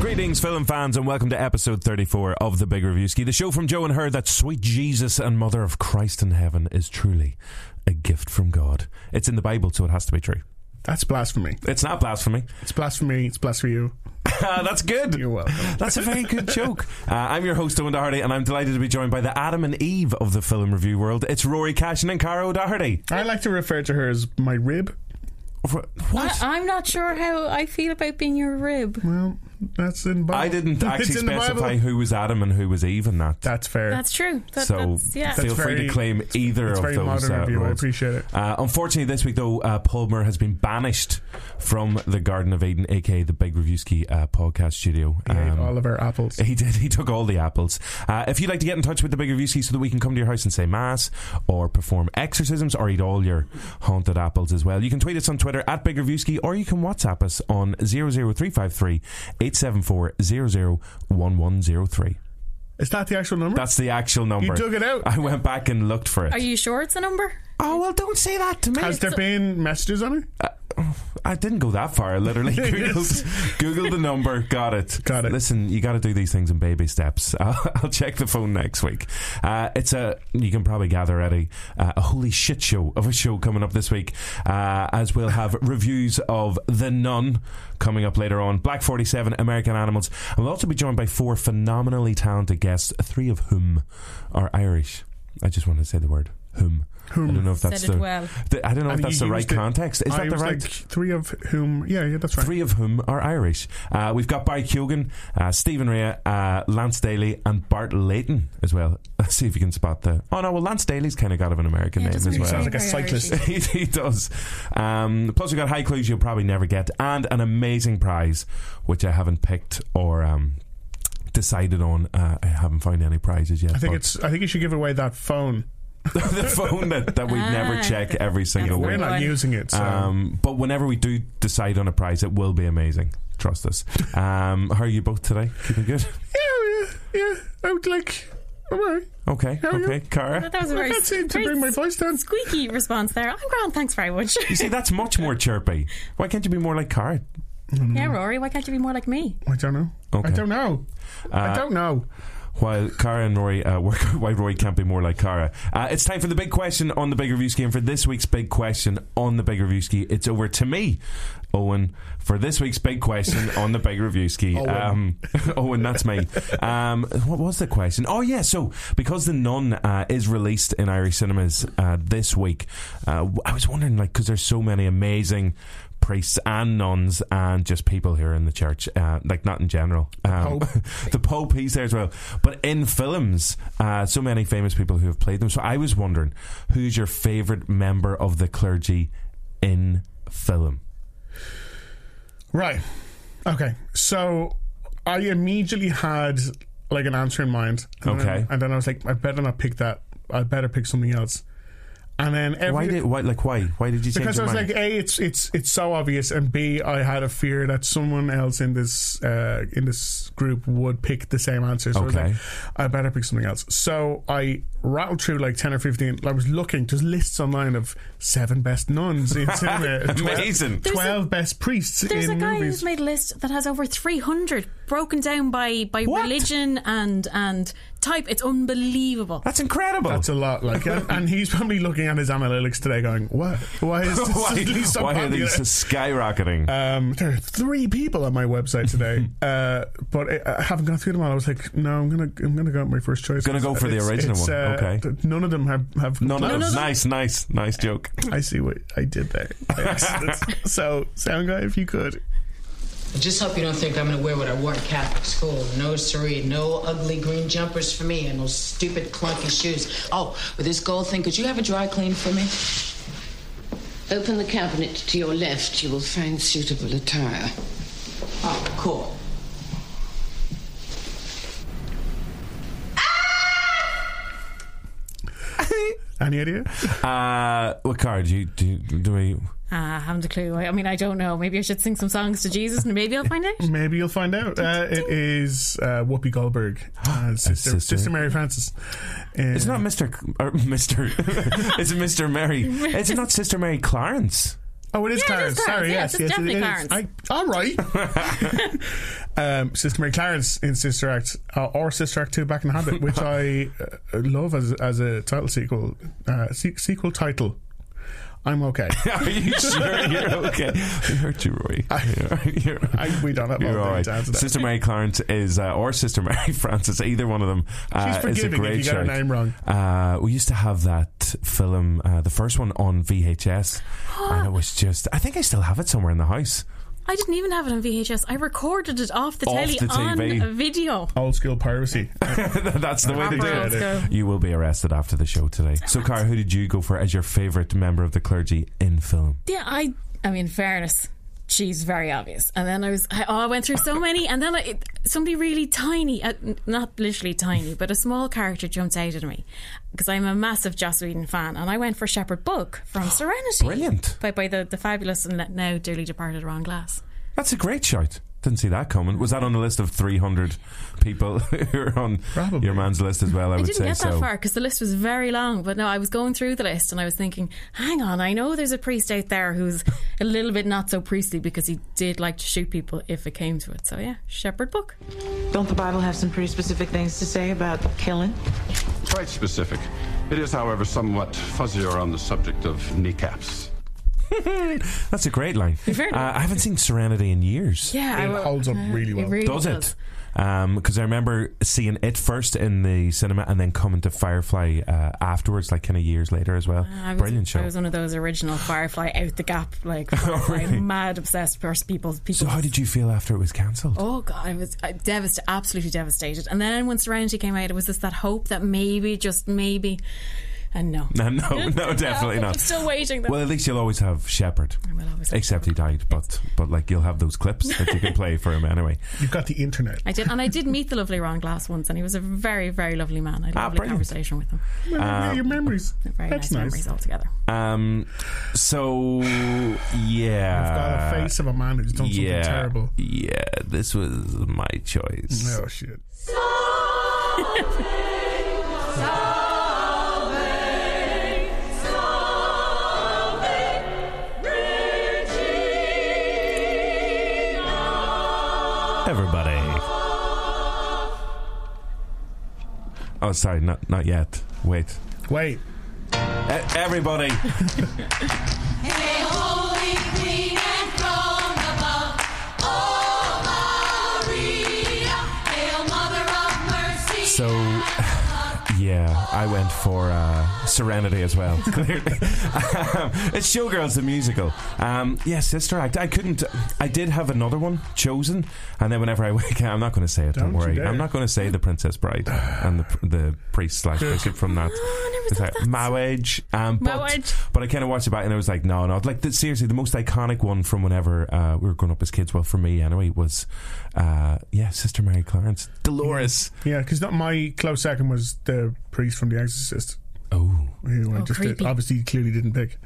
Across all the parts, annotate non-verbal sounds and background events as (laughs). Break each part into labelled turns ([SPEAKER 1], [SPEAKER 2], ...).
[SPEAKER 1] Greetings, film fans, and welcome to episode 34 of The Big Reviewski, the show from Joe and her that sweet Jesus and Mother of Christ in heaven is truly a gift from God. It's in the Bible, so it has to be true.
[SPEAKER 2] That's blasphemy.
[SPEAKER 1] It's not
[SPEAKER 2] (laughs)
[SPEAKER 1] blasphemy.
[SPEAKER 2] It's blasphemy. It's blasphemy. You.
[SPEAKER 1] Ah, that's good.
[SPEAKER 2] You're welcome.
[SPEAKER 1] That's a very good joke. Uh, I'm your host, Owen Doherty, and I'm delighted to be joined by the Adam and Eve of the film review world. It's Rory Cashin and Cara O'Doherty.
[SPEAKER 2] (laughs) I like to refer to her as my rib.
[SPEAKER 1] What?
[SPEAKER 3] I, I'm not sure how I feel about being your rib.
[SPEAKER 2] Well, that's in. Bible.
[SPEAKER 1] I didn't actually
[SPEAKER 2] it's in the
[SPEAKER 1] specify
[SPEAKER 2] Bible.
[SPEAKER 1] who was Adam and who was Eve in that.
[SPEAKER 2] That's fair.
[SPEAKER 3] That's true. That,
[SPEAKER 1] so
[SPEAKER 3] that's, yeah.
[SPEAKER 1] feel
[SPEAKER 2] That's
[SPEAKER 1] free
[SPEAKER 2] very-
[SPEAKER 1] to claim either
[SPEAKER 2] it's
[SPEAKER 1] of
[SPEAKER 2] very
[SPEAKER 1] those.
[SPEAKER 2] modern
[SPEAKER 1] uh,
[SPEAKER 2] review. I
[SPEAKER 1] roles.
[SPEAKER 2] appreciate it.
[SPEAKER 1] Uh, unfortunately, this week though, uh, Paul Moore has been banished from the Garden of Eden, aka the Big Reviewski uh, podcast studio.
[SPEAKER 2] He ate
[SPEAKER 1] Um,
[SPEAKER 2] all of our apples.
[SPEAKER 1] he did. He took all the apples. Uh, if you'd like to get in touch with the Big Reviewski so that we can come to your house and say mass, or perform exorcisms, or eat all your haunted apples as well, you can tweet us on Twitter at Big Reviewski, or you can WhatsApp us on 00353 874 001103.
[SPEAKER 2] Is that the actual number?
[SPEAKER 1] That's the actual number.
[SPEAKER 2] you dug it out.
[SPEAKER 1] I went back and looked for it.
[SPEAKER 3] Are you sure it's a number?
[SPEAKER 1] oh well, don't say that to me.
[SPEAKER 2] Has there been messages on it?
[SPEAKER 1] I didn't go that far. I literally
[SPEAKER 2] Yes.
[SPEAKER 1] googled, googled the number, got it.
[SPEAKER 2] Got it.
[SPEAKER 1] Listen, you got to do these things in baby steps. (laughs) I'll, I'll check the phone next week. Uh, it's a you can probably gather Eddie uh, a holy shit show of a show coming up this week, uh, as we'll have (laughs) reviews of the Nun coming up later on. Black Forty Seven, American Animals, and we'll also be joined by four phenomenally talented guests, three of whom are Irish. I just wanted to say the word whom. I don't know if that's
[SPEAKER 3] Said it
[SPEAKER 1] the.
[SPEAKER 3] well.
[SPEAKER 1] the- I don't know
[SPEAKER 2] And
[SPEAKER 1] if that's
[SPEAKER 2] you
[SPEAKER 1] the right
[SPEAKER 2] used it.
[SPEAKER 1] context. Is
[SPEAKER 2] I
[SPEAKER 1] that the
[SPEAKER 2] was
[SPEAKER 1] right?
[SPEAKER 2] Like three of whom? Yeah, yeah, that's right.
[SPEAKER 1] three of whom are Irish. Uh, we've got Barry Keoghan, uh, Stephen Rea, uh, Lance Daly, and Bart Layton as well. (laughs) Let's see if you can spot the. Oh no, well Lance Daly's kind of got of an American
[SPEAKER 3] Yeah,
[SPEAKER 1] name
[SPEAKER 3] it doesn't
[SPEAKER 1] as
[SPEAKER 2] He
[SPEAKER 1] well.
[SPEAKER 2] sounds like a
[SPEAKER 3] Very
[SPEAKER 1] (laughs)
[SPEAKER 2] cyclist.
[SPEAKER 3] Irishy.
[SPEAKER 1] he, he does. Um, plus, we've got high clues you'll probably never get, and an amazing prize which I haven't picked or um, decided on. Uh, I haven't found any prizes yet.
[SPEAKER 2] I think
[SPEAKER 1] but
[SPEAKER 2] it's. I think you should give away that phone.
[SPEAKER 1] (laughs) the phone that, that we never
[SPEAKER 3] Ah,
[SPEAKER 1] check
[SPEAKER 3] the-
[SPEAKER 1] every single
[SPEAKER 3] that's
[SPEAKER 1] week.
[SPEAKER 2] We're not
[SPEAKER 3] Good.
[SPEAKER 2] using it. So.
[SPEAKER 1] Um, but whenever we do decide on a prize, it will be amazing. Trust us. Um, how are you both today? Keeping good? (laughs)
[SPEAKER 2] yeah, yeah, yeah. I would like. All right.
[SPEAKER 1] Okay,
[SPEAKER 2] are you?
[SPEAKER 1] okay. Cara?
[SPEAKER 3] That, that was
[SPEAKER 2] (laughs)
[SPEAKER 3] a
[SPEAKER 2] I
[SPEAKER 3] very
[SPEAKER 2] can't seem to
[SPEAKER 3] very
[SPEAKER 2] bring my voice down.
[SPEAKER 3] (laughs) squeaky response there. I'm grand, thanks very much.
[SPEAKER 1] You see, that's much more chirpy. Why can't you be more like Cara?
[SPEAKER 3] yeah, Rory, why can't you be more like me?
[SPEAKER 2] I don't know.
[SPEAKER 1] Okay. Uh,
[SPEAKER 2] I don't know. I don't know.
[SPEAKER 1] While Cara and Roy uh, (laughs) work out why Roy can't be more like Cara. Uh, it's time for the big question on the Big Review Ski. And for this week's big question on the Big Review Ski, it's over to me, Owen, for this week's big question on the Big Review Ski.
[SPEAKER 2] Owen.
[SPEAKER 1] Um, (laughs) Owen, that's me. Um, what was the question? Oh, yeah. So, because The Nun uh, is released in Irish cinemas uh, this week, uh, w- I was wondering, like, because there's so many amazing. Priests and nuns, and just people here in the church, uh, like not in general. Um,
[SPEAKER 2] Pope.
[SPEAKER 1] (laughs) the Pope he's there as well. But in films, uh, so many famous people who have played them. So I was wondering, who's your favourite member of the clergy in film?
[SPEAKER 2] Right. Okay. So I immediately had like an answer in mind. And
[SPEAKER 1] Okay.
[SPEAKER 2] Then, and then I was like, I better not pick that. I better pick something else. And then every
[SPEAKER 1] Why did why like why why did you change
[SPEAKER 2] because I
[SPEAKER 1] your
[SPEAKER 2] was
[SPEAKER 1] mind?
[SPEAKER 2] like, a it's it's it's so obvious, and b I had a fear that someone else in this uh, in this group would pick the same answer. So I was
[SPEAKER 1] Okay.
[SPEAKER 2] like, I better pick something else. So I rattled through like ten or fifteen. I was looking just lists online of seven best
[SPEAKER 1] (laughs)
[SPEAKER 2] nuns in cinema,
[SPEAKER 1] Amazing.
[SPEAKER 2] twelve, 12 best priests
[SPEAKER 3] There's
[SPEAKER 2] in
[SPEAKER 3] a guy
[SPEAKER 2] movies.
[SPEAKER 3] who's made a list that has over 300 broken down by, by
[SPEAKER 1] What?
[SPEAKER 3] religion and, and type. It's unbelievable.
[SPEAKER 1] That's incredible.
[SPEAKER 2] That's a lot, like, and, and he's probably looking at his analytics today, going, "What? Why is (laughs) this suddenly
[SPEAKER 1] (laughs) (laughs)
[SPEAKER 2] so
[SPEAKER 1] why, why are
[SPEAKER 2] popular?"
[SPEAKER 1] these skyrocketing?
[SPEAKER 2] Um, there are three people on my
[SPEAKER 1] (laughs)
[SPEAKER 2] website today, uh, but I, I haven't gone through them all. I was like, "No, I'm gonna, I'm gonna go with my first choice."
[SPEAKER 1] Gonna go for the
[SPEAKER 2] It's-
[SPEAKER 1] original
[SPEAKER 2] it's,
[SPEAKER 1] one.
[SPEAKER 2] uh,
[SPEAKER 1] Okay.
[SPEAKER 2] th- None of them have have.
[SPEAKER 1] no, no,
[SPEAKER 3] no, no.
[SPEAKER 1] nice, nice, nice joke.
[SPEAKER 2] I see what I did there.
[SPEAKER 1] (laughs)
[SPEAKER 2] so, sound guy, if you could.
[SPEAKER 4] I just hope you don't think I'm gonna wear what I wore in Catholic school. No siree, no ugly green jumpers for me, and those stupid clunky shoes. Oh, with this gold thing, could you have a dry clean for me?
[SPEAKER 5] Open the cabinet to your left, you will find suitable attire.
[SPEAKER 4] Oh, cool.
[SPEAKER 2] Any idea?
[SPEAKER 1] Uh, what card do you do? Do we?
[SPEAKER 3] Ah, I haven't a clue. I, I mean, I don't know. Maybe I should sing some songs to Jesus and maybe I'll find out.
[SPEAKER 2] Maybe you'll find out. Uh, it is uh,
[SPEAKER 1] (gasps)
[SPEAKER 2] Whoopi Goldberg, uh, sister,
[SPEAKER 1] sister.
[SPEAKER 2] sister. Mary Frances.
[SPEAKER 1] It's (laughs) not Mister or Mister. it's Mister Mary. It's not Sister Mary Clarence. (laughs)
[SPEAKER 2] Oh, it is
[SPEAKER 3] Yeah, it
[SPEAKER 2] Clarence.
[SPEAKER 3] is Clarence.
[SPEAKER 2] Sorry,
[SPEAKER 3] Yeah,
[SPEAKER 2] yes,
[SPEAKER 3] it's
[SPEAKER 2] yes,
[SPEAKER 3] definitely
[SPEAKER 2] it is.
[SPEAKER 3] Clarence.
[SPEAKER 2] I, all right.
[SPEAKER 3] (laughs)
[SPEAKER 2] um, Sister Mary Clarence in Sister Act uh, or Sister Act Two: Back in the Habit,
[SPEAKER 3] (laughs)
[SPEAKER 2] which I uh, love as as a title sequel uh, se- sequel title. I'm
[SPEAKER 3] (laughs)
[SPEAKER 2] okay.
[SPEAKER 1] Are you sure (laughs) you're okay? I hurt you, Rory. (laughs) You're,
[SPEAKER 2] I, we don't have all
[SPEAKER 1] you're all
[SPEAKER 2] day
[SPEAKER 1] right.
[SPEAKER 2] to answer that.
[SPEAKER 1] Sister Mary Clarence is, uh, or Sister Mary (laughs) Frances, either one of them uh,
[SPEAKER 2] She's
[SPEAKER 1] is a
[SPEAKER 2] forgiving
[SPEAKER 1] great
[SPEAKER 2] if you got her
[SPEAKER 1] shout.
[SPEAKER 2] name wrong.
[SPEAKER 1] Uh, we used to have that film, uh, the first one on VHS, and it was just. I think I still have it somewhere in the house. (laughs)
[SPEAKER 3] I didn't even have it on VHS. I recorded it off the
[SPEAKER 1] Off
[SPEAKER 3] telly
[SPEAKER 1] the
[SPEAKER 3] on
[SPEAKER 1] TV.
[SPEAKER 3] a video.
[SPEAKER 2] Old school
[SPEAKER 3] (laughs)
[SPEAKER 2] piracy.
[SPEAKER 1] That's the way they do
[SPEAKER 3] Proper old
[SPEAKER 1] it.
[SPEAKER 3] school.
[SPEAKER 1] You will be arrested after the show today. So, Cara, who did you go for as your favourite member of the clergy in film?
[SPEAKER 3] Yeah, I. I mean, fairness. She's very obvious. And then I was, I, oh, I went through so many. And then I, it- somebody really tiny, uh, n- not literally tiny, but a small character jumped out at me because I'm a massive Joss Whedon fan. And I went for Shepherd Book
[SPEAKER 1] (gasps)
[SPEAKER 3] from Serenity.
[SPEAKER 1] Brilliant.
[SPEAKER 3] By, by the, the fabulous and le- now dearly departed Ron Glass.
[SPEAKER 1] That's a great shout. Didn't see that coming. Was that on the list of 300 people (laughs) who are on
[SPEAKER 2] Probably.
[SPEAKER 1] your man's list as well? I,
[SPEAKER 3] I
[SPEAKER 1] would
[SPEAKER 3] didn't
[SPEAKER 1] say
[SPEAKER 3] get that
[SPEAKER 1] so.
[SPEAKER 3] far because the list was very long. But no, I was going through the list and I was thinking, hang on, I know there's a priest out there who's a little bit not so priestly because he did like to shoot people if it came to it. So yeah, Shepherd Book.
[SPEAKER 6] Don't the Bible have some pretty specific things to say about killing?
[SPEAKER 7] Quite specific. It is, however, somewhat fuzzier on the subject of kneecaps.
[SPEAKER 1] That's a great line.
[SPEAKER 3] Fair
[SPEAKER 1] Uh,
[SPEAKER 3] enough.
[SPEAKER 1] I haven't seen Serenity in years.
[SPEAKER 3] Yeah,
[SPEAKER 2] It
[SPEAKER 3] will-
[SPEAKER 1] oh,
[SPEAKER 2] holds
[SPEAKER 3] (laughs)
[SPEAKER 2] up really well.
[SPEAKER 3] It really
[SPEAKER 1] Does it? Because I remember seeing it first in the cinema and then coming to Firefly uh, afterwards, like kind of years later as well.
[SPEAKER 3] Uh, I was,
[SPEAKER 1] Brilliant show. Oh,
[SPEAKER 3] I was one of those original Firefly out the gap,
[SPEAKER 1] (laughs)
[SPEAKER 3] like Firefly,
[SPEAKER 1] really?
[SPEAKER 3] mad obsessed person people. people
[SPEAKER 1] so, how did you feel after it was cancelled?
[SPEAKER 3] Oh god, I was uh, devastated, absolutely devastated. And then when Serenity came out, it was just that hope that maybe, just maybe, and no,
[SPEAKER 1] (laughs) No,
[SPEAKER 3] (laughs)
[SPEAKER 1] no, no, definitely
[SPEAKER 3] I'm
[SPEAKER 1] not.
[SPEAKER 3] (laughs) still waiting. Though.
[SPEAKER 1] Well, at least you'll always have Shepard.
[SPEAKER 3] I will always have
[SPEAKER 1] Except he died, but but like you'll have those clips that you can play for him anyway.
[SPEAKER 2] You've got the internet.
[SPEAKER 3] I did, and I did meet the lovely Ron Glass once, and he was a very, very lovely man. I had a
[SPEAKER 1] Ah,
[SPEAKER 3] lovely
[SPEAKER 1] brilliant.
[SPEAKER 3] conversation with him.
[SPEAKER 2] Remember your memories.
[SPEAKER 3] Um, Very
[SPEAKER 2] That's
[SPEAKER 3] nice, memories
[SPEAKER 2] nice.
[SPEAKER 3] altogether.
[SPEAKER 1] Um, so
[SPEAKER 2] I've
[SPEAKER 1] yeah,
[SPEAKER 3] Uh,
[SPEAKER 2] got a face of a man who's done
[SPEAKER 1] yeah,
[SPEAKER 2] something terrible.
[SPEAKER 1] Yeah, this was my choice.
[SPEAKER 2] Oh shit.
[SPEAKER 1] Everybody. Oh, sorry, not not yet. Wait,
[SPEAKER 2] Wait.
[SPEAKER 1] E- everybody. So, (sighs) yeah, I went for uh, Serenity as well. (laughs) Clearly, um, it's Showgirls the musical. Um, yeah, Sister Act. I couldn't. I did have another one chosen, and then whenever I wake up, I'm not going to say it. Don't,
[SPEAKER 2] Don't you
[SPEAKER 1] worry.
[SPEAKER 2] dare.
[SPEAKER 1] I'm not going to say the Princess Bride and the pr- the priest slash bishop from that.
[SPEAKER 3] Oh,
[SPEAKER 1] It's like marriage. Um, but,
[SPEAKER 3] Marriage.
[SPEAKER 1] but I kind of watched it back and I was like, no, no. Like the, seriously, the most iconic one from whenever uh, we were growing up as kids. Well, for me anyway, was uh, yeah, Sister Mary Clarence, Dolores.
[SPEAKER 2] Yeah, because my close second was the priest from The Exorcist.
[SPEAKER 1] Oh,
[SPEAKER 2] Who I
[SPEAKER 3] Oh,
[SPEAKER 2] just did,
[SPEAKER 3] creepy.
[SPEAKER 2] obviously clearly didn't pick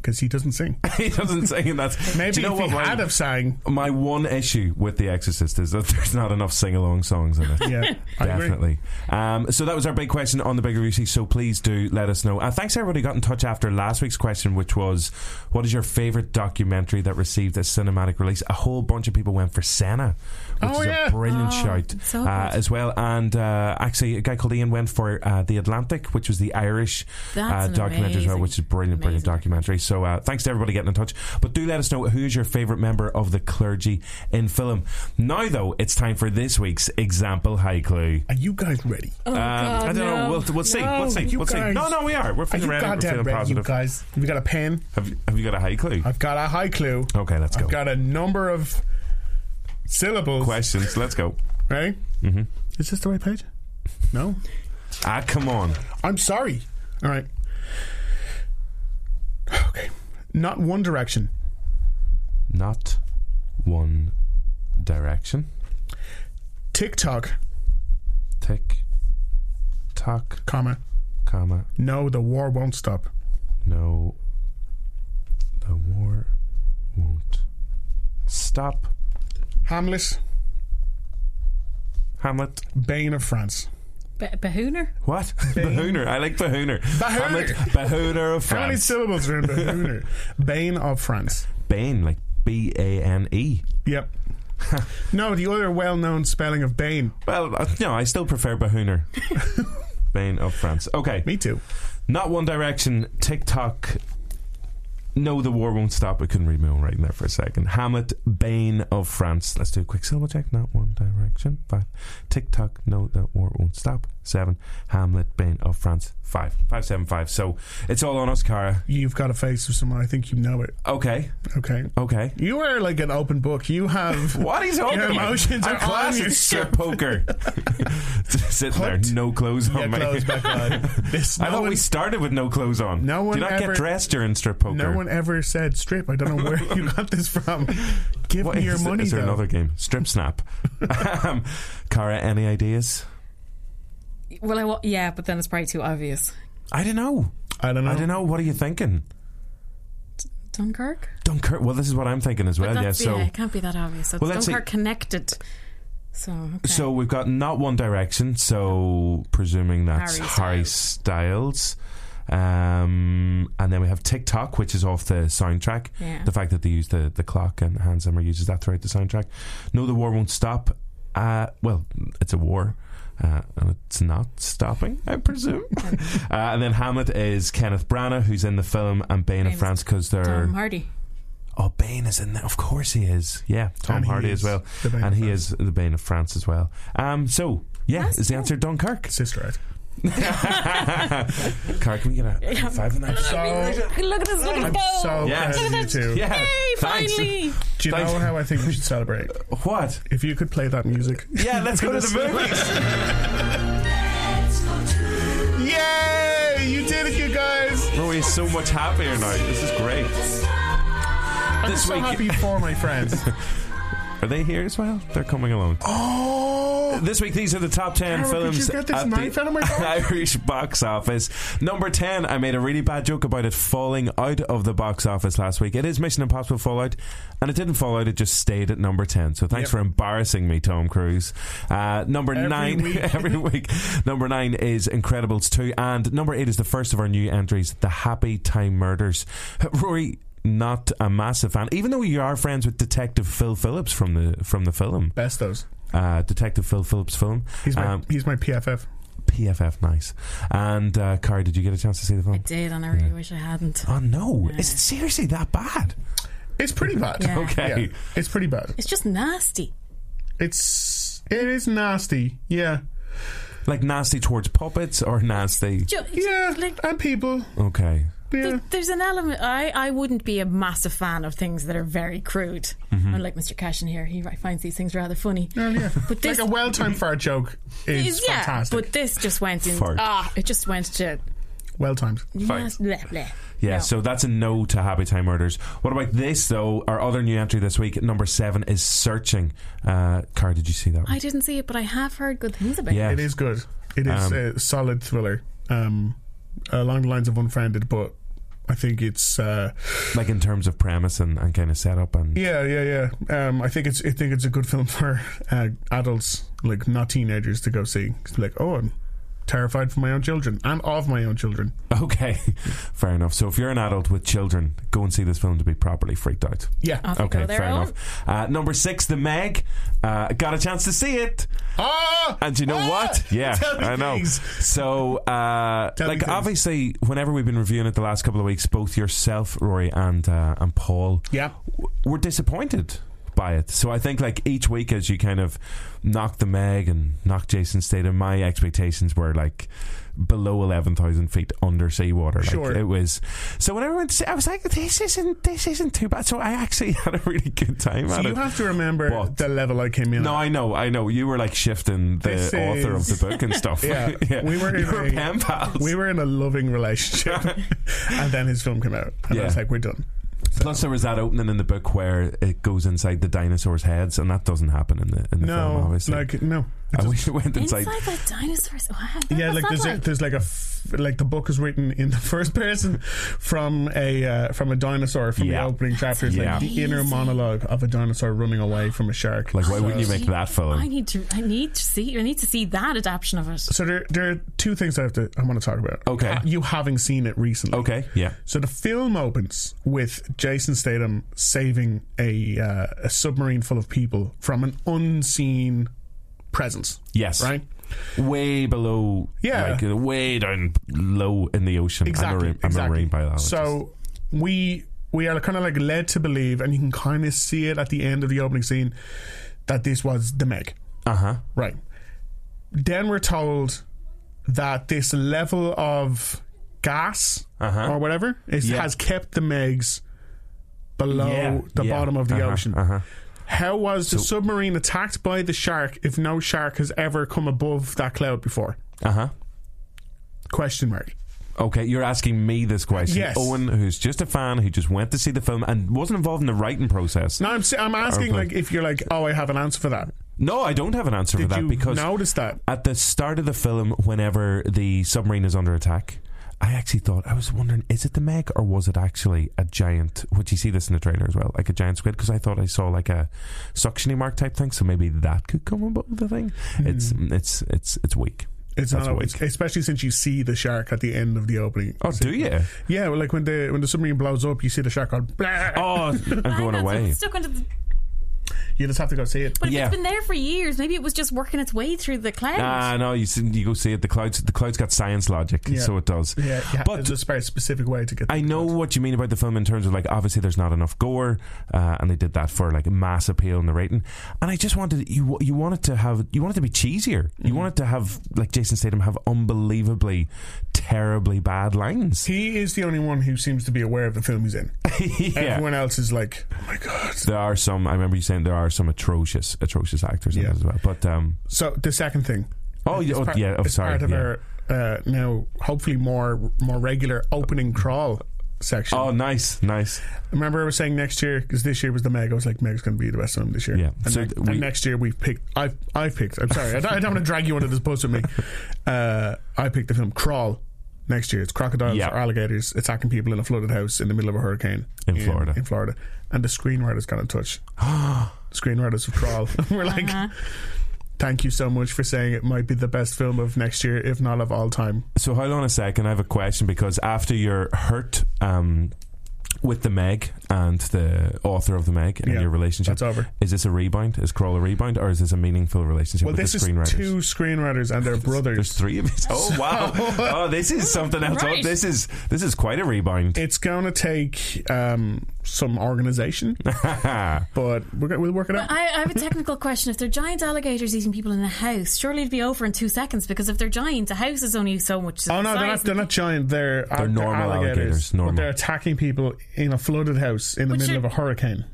[SPEAKER 2] because he
[SPEAKER 1] (laughs)
[SPEAKER 2] doesn't sing.
[SPEAKER 1] he doesn't sing, and that's
[SPEAKER 2] (laughs) Maybe
[SPEAKER 1] Do you know
[SPEAKER 2] if
[SPEAKER 1] what?
[SPEAKER 2] he
[SPEAKER 1] my-
[SPEAKER 2] had have sang,
[SPEAKER 1] My one issue with The Exorcist is that (laughs) there's not enough sing along songs in it.
[SPEAKER 2] (laughs) yeah, I agree.
[SPEAKER 1] Definitely. Um, so that was our big question on the Big Review. So please do let us know. Uh, thanks everybody who got in touch after last week's question, which was, "What is your favorite documentary that received a cinematic release?" A whole bunch of people went for Senna, which
[SPEAKER 2] Oh,
[SPEAKER 1] is
[SPEAKER 2] yeah.
[SPEAKER 1] a brilliant
[SPEAKER 3] Oh,
[SPEAKER 1] shout
[SPEAKER 3] so
[SPEAKER 1] uh,
[SPEAKER 3] good.
[SPEAKER 1] as well. And uh, actually, a guy called Ian went for uh, The Atlantic, which was the Irish
[SPEAKER 3] That's
[SPEAKER 1] uh,
[SPEAKER 3] an
[SPEAKER 1] documentary as well,
[SPEAKER 3] amazing-
[SPEAKER 1] which is brilliant, brilliant
[SPEAKER 3] amazing
[SPEAKER 1] documentary. So uh, thanks to everybody getting in touch. But do let us know who's your favourite member of the clergy in film. Now, though, it's time for this week's example high clue.
[SPEAKER 2] Are you guys ready?
[SPEAKER 3] Oh,
[SPEAKER 1] Um,
[SPEAKER 3] God,
[SPEAKER 1] I don't know.
[SPEAKER 3] no.
[SPEAKER 1] We'll, we'll see.
[SPEAKER 2] No,
[SPEAKER 1] we'll see.
[SPEAKER 2] you
[SPEAKER 1] We'll see.
[SPEAKER 2] guys.
[SPEAKER 1] No, no, we are. We're
[SPEAKER 2] Are you
[SPEAKER 1] feeling ready. We're
[SPEAKER 2] goddamn
[SPEAKER 1] feeling
[SPEAKER 2] ready, you
[SPEAKER 1] positive.
[SPEAKER 2] guys? We got a pen.
[SPEAKER 1] Have, you- have you got a high clue?
[SPEAKER 2] I've got a high clue.
[SPEAKER 1] Okay, let's Oh, go.
[SPEAKER 2] I've got a number of syllables.
[SPEAKER 1] Questions. Let's go.
[SPEAKER 2] Ready? Mm-hmm. Is this the right page? No.
[SPEAKER 1] Ah, come on.
[SPEAKER 2] I'm sorry. All right. (sighs) Okay. Not One Direction.
[SPEAKER 1] Not one direction.
[SPEAKER 2] TikTok,
[SPEAKER 1] Tick, tock,
[SPEAKER 2] comma.
[SPEAKER 1] comma.
[SPEAKER 2] No, the war won't stop.
[SPEAKER 1] No. The war won't stop.
[SPEAKER 2] Hamlet,
[SPEAKER 1] Hamlet.
[SPEAKER 2] Bane of France.
[SPEAKER 3] Be- Behooner?
[SPEAKER 1] What? (laughs) Bahooner. I like Bahooner.
[SPEAKER 2] Bahooner.
[SPEAKER 1] Hamlet. Bahooner of
[SPEAKER 2] How many
[SPEAKER 1] France. (laughs)
[SPEAKER 2] syllables are in Bahooner? Bane of France.
[SPEAKER 1] Bane, like B A N E. (laughs)
[SPEAKER 2] Yep. no, the other well known spelling of Bane.
[SPEAKER 1] Well, uh, no, I still prefer Bahooner. Bane of France. Okay.
[SPEAKER 2] Me too.
[SPEAKER 1] Not One Direction, TikTok. No, the war won't stop. I couldn't read my own writing there for a second. Hamlet, Bane of France. Let's do a quick syllable check. Not One Direction. Five. TikTok, no, the war won't stop. Seven. Hamlet, Bane of France. Five. Five, seven, five. So it's all on us, Cara.
[SPEAKER 2] You've got a face of someone. I think you know it.
[SPEAKER 1] Okay.
[SPEAKER 2] Okay.
[SPEAKER 1] Okay.
[SPEAKER 2] You are like an open book.
[SPEAKER 1] (laughs)
[SPEAKER 2] You have.
[SPEAKER 1] What are you talking
[SPEAKER 2] Your
[SPEAKER 1] about?
[SPEAKER 2] emotions
[SPEAKER 1] I'm
[SPEAKER 2] are on
[SPEAKER 1] classic
[SPEAKER 2] your
[SPEAKER 1] strip poker. (laughs) Just Sitting there,
[SPEAKER 2] Hooked.
[SPEAKER 1] no clothes on.
[SPEAKER 2] Yeah,
[SPEAKER 1] mate.
[SPEAKER 2] clothes back on.
[SPEAKER 1] (laughs)
[SPEAKER 2] This,
[SPEAKER 1] I
[SPEAKER 2] no,
[SPEAKER 1] thought
[SPEAKER 2] one,
[SPEAKER 1] we started with no clothes on.
[SPEAKER 2] No one
[SPEAKER 1] Do you not
[SPEAKER 2] ever-
[SPEAKER 1] get dressed during strip poker.
[SPEAKER 2] no one ever said strip. I don't know where you got this from. Give
[SPEAKER 1] What
[SPEAKER 2] me your
[SPEAKER 1] is-
[SPEAKER 2] money,
[SPEAKER 1] Is there
[SPEAKER 2] though.
[SPEAKER 1] another game? Strip snap. um, Cara, any ideas?
[SPEAKER 3] Well, I wa- yeah, but then it's probably too obvious.
[SPEAKER 1] I don't know.
[SPEAKER 2] I don't know.
[SPEAKER 1] I don't know. What are you thinking?
[SPEAKER 3] Dunkirk?
[SPEAKER 1] Dunkirk. Well, this is what I'm thinking as well. Yeah.
[SPEAKER 3] That's-
[SPEAKER 1] So,
[SPEAKER 3] it can't be that obvious. So
[SPEAKER 1] Well,
[SPEAKER 3] it's
[SPEAKER 1] let's see.
[SPEAKER 3] Dunkirk connected. So, okay.
[SPEAKER 1] so we've got not one direction. So presuming that's Harry
[SPEAKER 3] Harry
[SPEAKER 1] Styles. Um, and then we have TikTok, which is off the soundtrack.
[SPEAKER 3] Yeah.
[SPEAKER 1] The fact that they use the, the clock and Hans Zimmer uses that throughout the soundtrack. No, the war won't stop. Uh, well, it's a war, uh, and it's not stopping, I
[SPEAKER 3] (laughs)
[SPEAKER 1] presume. (laughs) uh, and then Hamlet is Kenneth Branagh, who's in the film, and Bane of
[SPEAKER 3] Bane's
[SPEAKER 1] France because they're
[SPEAKER 3] Tom Hardy.
[SPEAKER 1] Oh, Bane is in there. Of course he is. Yeah, Tom
[SPEAKER 2] And he
[SPEAKER 1] Hardy as
[SPEAKER 2] is
[SPEAKER 1] well.
[SPEAKER 2] the Bane
[SPEAKER 1] and
[SPEAKER 2] of
[SPEAKER 1] he
[SPEAKER 2] France.
[SPEAKER 1] is the Bane of France as well. Um, so, yeah,
[SPEAKER 3] That's
[SPEAKER 1] is the
[SPEAKER 3] good.
[SPEAKER 1] answer
[SPEAKER 3] (laughs)
[SPEAKER 1] Dunkirk? (laughs)
[SPEAKER 2] Sister Act.
[SPEAKER 1] Car, can we get a five on that?
[SPEAKER 2] So,
[SPEAKER 3] Look at this little
[SPEAKER 2] I'm
[SPEAKER 3] bow.
[SPEAKER 2] so
[SPEAKER 1] Yes.
[SPEAKER 2] proud of you two.
[SPEAKER 1] Yeah,
[SPEAKER 3] Yay,
[SPEAKER 1] thanks.
[SPEAKER 3] finally.
[SPEAKER 2] Do you
[SPEAKER 1] Thanks.
[SPEAKER 2] know how I think we should celebrate?
[SPEAKER 1] What?
[SPEAKER 2] If you could play that music.
[SPEAKER 1] Yeah, let's go to the movies.
[SPEAKER 2] Yay! You did it, you guys!
[SPEAKER 1] Rory is so much happier now. This is great.
[SPEAKER 2] I'm
[SPEAKER 1] This
[SPEAKER 2] so
[SPEAKER 1] week-
[SPEAKER 2] happy for my friends.
[SPEAKER 1] Are they here as well? They're coming along.
[SPEAKER 2] (laughs) oh!
[SPEAKER 1] This week, these are the top 10
[SPEAKER 2] Carol, could
[SPEAKER 1] films
[SPEAKER 2] you get this
[SPEAKER 1] at
[SPEAKER 2] knife
[SPEAKER 1] the
[SPEAKER 2] out
[SPEAKER 1] (laughs)
[SPEAKER 2] of my mouth?
[SPEAKER 1] Irish box office. Number 10, I made a really bad joke about it falling out of the box office last week. It is Mission Impossible Fallout, and it didn't fall out, it just stayed at number 10. So thanks
[SPEAKER 2] Yep.
[SPEAKER 1] for embarrassing me, Tom Cruise. Uh, number
[SPEAKER 2] Every
[SPEAKER 1] 9, (laughs)
[SPEAKER 2] week.
[SPEAKER 1] every week. Number 9 is Incredibles 2, and number 8 is the first of our new entries, The Happy Time Murders. (laughs) Rory. Not a massive fan, even though you are friends with Detective Phil Phillips from the from the film
[SPEAKER 2] Bestos.
[SPEAKER 1] uh, Detective Phil Phillips film.
[SPEAKER 2] He's my,
[SPEAKER 1] Um,
[SPEAKER 2] he's my PFF.
[SPEAKER 1] PFF, nice. And uh, Carrie, did you get a chance to see the
[SPEAKER 3] I
[SPEAKER 1] film?
[SPEAKER 3] did, and I really wish I hadn't.
[SPEAKER 1] Oh no!
[SPEAKER 3] Yeah.
[SPEAKER 1] Is it seriously that bad?
[SPEAKER 2] It's pretty bad.
[SPEAKER 3] Yeah.
[SPEAKER 1] Okay.
[SPEAKER 2] Yeah, it's pretty bad.
[SPEAKER 3] It's just nasty.
[SPEAKER 2] It's it is nasty. Yeah,
[SPEAKER 1] Like nasty towards puppets or nasty?
[SPEAKER 3] Ju-
[SPEAKER 2] yeah,
[SPEAKER 3] Like,
[SPEAKER 2] and people.
[SPEAKER 1] Okay.
[SPEAKER 2] Yeah,
[SPEAKER 3] th- there's an element. I, I wouldn't be a massive fan of things that are very crude. Unlike Mr. Cashin here, he ri- finds these things rather funny.
[SPEAKER 2] Well, Mm-hmm. Oh, yeah.
[SPEAKER 3] (laughs) But
[SPEAKER 2] like
[SPEAKER 3] this
[SPEAKER 2] a well-timed fart joke is
[SPEAKER 3] is- yeah,
[SPEAKER 2] fantastic.
[SPEAKER 3] but this just went in.
[SPEAKER 1] Fart.
[SPEAKER 3] Ah, it just went to.
[SPEAKER 2] well-timed.
[SPEAKER 3] Yes, bleh, bleh.
[SPEAKER 1] Yeah.
[SPEAKER 3] No.
[SPEAKER 1] So that's a no to Happy Time Murders. What about this though? Our other new entry this week, number seven, is Searching. Uh, Carrie, did you see that? One?
[SPEAKER 3] I didn't see it, but I have heard good things about
[SPEAKER 1] yeah.
[SPEAKER 2] It is good. It is
[SPEAKER 1] Um,
[SPEAKER 2] a solid thriller. Um, along the lines of Unfriended, but I think it's uh,
[SPEAKER 1] Like in terms of premise and, and kind of setup and
[SPEAKER 2] yeah, yeah, yeah. Um, I think it's I think it's a good film for uh, adults, like not teenagers, to go see. It's like, oh, I'm terrified for my own children and of my own children.
[SPEAKER 1] (laughs) okay, fair enough. So if you're an adult with children, go and see this film to be properly freaked out.
[SPEAKER 2] Yeah.
[SPEAKER 3] Off you
[SPEAKER 1] Okay,
[SPEAKER 3] go there,
[SPEAKER 1] fair
[SPEAKER 3] Owen.
[SPEAKER 1] enough. Uh, number six, The Meg. Uh, got a chance to see it.
[SPEAKER 2] Ah!
[SPEAKER 1] And do you know
[SPEAKER 2] Ah! (laughs)
[SPEAKER 1] what? Yeah,
[SPEAKER 2] Tell me
[SPEAKER 1] I know.
[SPEAKER 2] things.
[SPEAKER 1] So, uh,
[SPEAKER 2] Tell me
[SPEAKER 1] like,
[SPEAKER 2] things.
[SPEAKER 1] obviously, whenever we've been reviewing it the last couple of weeks, both yourself, Rory, and uh, and Paul,
[SPEAKER 2] Yeah.
[SPEAKER 1] w- were disappointed by it. So I think, like, each week as you kind of knocked the Meg and knocked Jason Statham, my expectations were like below eleven thousand feet under seawater. Like,
[SPEAKER 2] Sure.
[SPEAKER 1] it was. So when everyone, I was like, this isn't this isn't too bad. So I actually (laughs) had a really good time
[SPEAKER 2] So
[SPEAKER 1] at
[SPEAKER 2] you
[SPEAKER 1] it.
[SPEAKER 2] have to remember
[SPEAKER 1] But-
[SPEAKER 2] the level I came in.
[SPEAKER 1] No,
[SPEAKER 2] at.
[SPEAKER 1] I know, I know. You were like shifting the
[SPEAKER 2] This
[SPEAKER 1] author
[SPEAKER 2] is-
[SPEAKER 1] of the book and stuff. (laughs)
[SPEAKER 2] (laughs) Yeah, we were
[SPEAKER 1] You
[SPEAKER 2] in
[SPEAKER 1] were
[SPEAKER 2] a-
[SPEAKER 1] pen pals.
[SPEAKER 2] we were in a
[SPEAKER 1] (laughs)
[SPEAKER 2] loving relationship, and then his film came out, and I was
[SPEAKER 1] Yeah.
[SPEAKER 2] like, "We're done."
[SPEAKER 1] Plus, there was that opening in the book where it goes inside the dinosaurs' heads, and that doesn't happen in the in the film.
[SPEAKER 2] No,
[SPEAKER 1] Obviously,
[SPEAKER 2] like no.
[SPEAKER 1] I wish it went inside.
[SPEAKER 3] Inside the dinosaurs. Oh, Wow.
[SPEAKER 2] Yeah,
[SPEAKER 3] What
[SPEAKER 2] like
[SPEAKER 3] was
[SPEAKER 2] there's
[SPEAKER 3] that
[SPEAKER 2] a, there's like a f- like the book is written in the (laughs) first person from a uh, from a dinosaur from
[SPEAKER 1] Yeah.
[SPEAKER 2] the opening chapters,
[SPEAKER 1] Yeah.
[SPEAKER 2] like the inner monologue of a dinosaur running away from a shark.
[SPEAKER 1] Like, why wouldn't you make that
[SPEAKER 3] I
[SPEAKER 1] film?
[SPEAKER 3] need to. I need to see. I need to see that adaptation of it.
[SPEAKER 2] so there, there are two things I have to I want to talk about.
[SPEAKER 1] Okay.
[SPEAKER 2] you having seen it recently.
[SPEAKER 1] Okay, yeah.
[SPEAKER 2] So the film opens with Jason Statham saving a uh, a submarine full of people from an unseen presence.
[SPEAKER 1] Yes.
[SPEAKER 2] Right.
[SPEAKER 1] Way below,
[SPEAKER 2] Yeah.
[SPEAKER 1] like uh, way down low in the ocean. I'm a,
[SPEAKER 2] Exactly.
[SPEAKER 1] marine- I'm a
[SPEAKER 2] exactly.
[SPEAKER 1] marine biologist.
[SPEAKER 2] So we we are kind of like led to believe, and you can kind of see it at the end of the opening scene that this was the Meg.
[SPEAKER 1] uh huh.
[SPEAKER 2] Right. Then we're told that this level of gas
[SPEAKER 1] Uh-huh.
[SPEAKER 2] or whatever is,
[SPEAKER 1] Yeah.
[SPEAKER 2] has kept the Megs below
[SPEAKER 1] Yeah,
[SPEAKER 2] the
[SPEAKER 1] yeah.
[SPEAKER 2] bottom of the
[SPEAKER 1] Uh-huh,
[SPEAKER 2] ocean.
[SPEAKER 1] uh-huh.
[SPEAKER 2] How was the submarine attacked by the shark if no shark has ever come above that cloud before?
[SPEAKER 1] Uh huh.
[SPEAKER 2] Question mark.
[SPEAKER 1] Okay, you're asking me this question.
[SPEAKER 2] Yes.
[SPEAKER 1] Owen, who's just a fan who just went to see the film and wasn't involved in the writing process.
[SPEAKER 2] No, I'm, s- I'm asking
[SPEAKER 1] Okay.
[SPEAKER 2] like if you're like, oh, I have an answer for that.
[SPEAKER 1] No, I don't have an answer for
[SPEAKER 2] Did
[SPEAKER 1] that
[SPEAKER 2] you
[SPEAKER 1] because
[SPEAKER 2] notice that?
[SPEAKER 1] at the start of the film, whenever the submarine is under attack, I actually thought I was wondering: is it the Meg or was it actually a giant? Would you see this in the trailer as well, like a giant squid? Because I thought I saw like a suctioning mark type thing, so maybe that could come above the thing. It's it's it's it's weak.
[SPEAKER 2] Hmm. It's
[SPEAKER 1] That's
[SPEAKER 2] not always,
[SPEAKER 1] weak.
[SPEAKER 2] especially since you see the shark at the end of the opening.
[SPEAKER 1] Oh, do
[SPEAKER 2] (laughs)
[SPEAKER 1] you?
[SPEAKER 2] Yeah, well, like when the when the submarine blows up, you see the shark going. Blah.
[SPEAKER 1] Oh, I'm
[SPEAKER 3] I
[SPEAKER 1] going
[SPEAKER 3] know, it's
[SPEAKER 1] away.
[SPEAKER 3] Stuck under the,
[SPEAKER 2] You just have to go see it.
[SPEAKER 3] but if
[SPEAKER 1] Yeah.
[SPEAKER 3] it's been there for years. Maybe it was just working its way through the cloud.
[SPEAKER 1] Ah, no, you see, you go see it. The clouds, the clouds got science logic,
[SPEAKER 2] Yeah.
[SPEAKER 1] so it does.
[SPEAKER 2] Yeah, yeah
[SPEAKER 1] but
[SPEAKER 2] it's a very specific way to get.
[SPEAKER 1] I know what you mean about the film in terms of like obviously there's not enough gore, uh, and they did that for like mass appeal in the rating. And I just wanted you you wanted to have you wanted to be cheesier.
[SPEAKER 2] Mm-hmm.
[SPEAKER 1] You wanted to have like Jason Statham have unbelievably terribly bad
[SPEAKER 2] (laughs)
[SPEAKER 1] lines.
[SPEAKER 2] He is the only one who seems to be aware of the film he's in.
[SPEAKER 1] (laughs) yeah.
[SPEAKER 2] Everyone else is like, oh my god.
[SPEAKER 1] There are some. I remember you saying there are some atrocious, atrocious actors in
[SPEAKER 2] Yeah.
[SPEAKER 1] it as well. But um,
[SPEAKER 2] So the second thing.
[SPEAKER 1] oh, yeah,
[SPEAKER 2] It's
[SPEAKER 1] oh,
[SPEAKER 2] part-
[SPEAKER 1] yeah, oh,
[SPEAKER 2] it's
[SPEAKER 1] sorry,
[SPEAKER 2] part of
[SPEAKER 1] yeah.
[SPEAKER 2] our uh, now hopefully more more regular opening crawl section.
[SPEAKER 1] oh, nice, nice.
[SPEAKER 2] Remember, I was saying next year because this year was the Meg. I was like, Meg's going to be the best film this year.
[SPEAKER 1] Yeah.
[SPEAKER 2] And,
[SPEAKER 1] So
[SPEAKER 2] next,
[SPEAKER 1] th- we-
[SPEAKER 2] and next year we've picked. I've I've picked. I'm sorry. I don't, I don't want to drag you under this bus
[SPEAKER 1] (laughs)
[SPEAKER 2] with me. Uh, I picked the film Crawl. Next year, it's crocodiles
[SPEAKER 1] Yeah.
[SPEAKER 2] or alligators attacking people in a flooded house in the middle of a hurricane
[SPEAKER 1] In Florida.
[SPEAKER 2] In Florida, and the screenwriters got
[SPEAKER 1] (gasps)
[SPEAKER 2] in touch. screenwriters
[SPEAKER 1] (laughs)
[SPEAKER 2] of Crawl. We're like,
[SPEAKER 3] Uh-huh.
[SPEAKER 2] thank you so much for saying it might be the best film of next year, if not of all time.
[SPEAKER 1] So hold on a second. I have a question because after your hurt um, with the Meg and the author of the Meg and
[SPEAKER 2] Yeah,
[SPEAKER 1] your relationship,
[SPEAKER 2] that's over.
[SPEAKER 1] Is this a rebound? Is Crawl a rebound, or is this a meaningful relationship
[SPEAKER 2] Well,
[SPEAKER 1] with
[SPEAKER 2] this
[SPEAKER 1] the
[SPEAKER 2] is
[SPEAKER 1] screenwriters?
[SPEAKER 2] two screenwriters and their brothers.
[SPEAKER 1] There's three of us. Oh
[SPEAKER 2] (laughs)
[SPEAKER 1] wow! oh, this is something else.
[SPEAKER 3] Right.
[SPEAKER 1] This is this is quite a (laughs) rebound.
[SPEAKER 2] it's going to take um, some
[SPEAKER 1] (laughs)
[SPEAKER 2] organization, but uh, we're gonna, we'll work it out.
[SPEAKER 3] I, I have a technical question. If they're giant alligators eating people in a house, surely it'd be over in two seconds because if they're giant, a house is only so much.
[SPEAKER 2] Oh no, they're not, they're not giant. They're, uh,
[SPEAKER 1] normal
[SPEAKER 2] alligators,
[SPEAKER 1] alligators, normal.
[SPEAKER 2] but they're attacking people in a flooded house in the
[SPEAKER 3] But
[SPEAKER 2] middle
[SPEAKER 3] you're-
[SPEAKER 2] of a hurricane.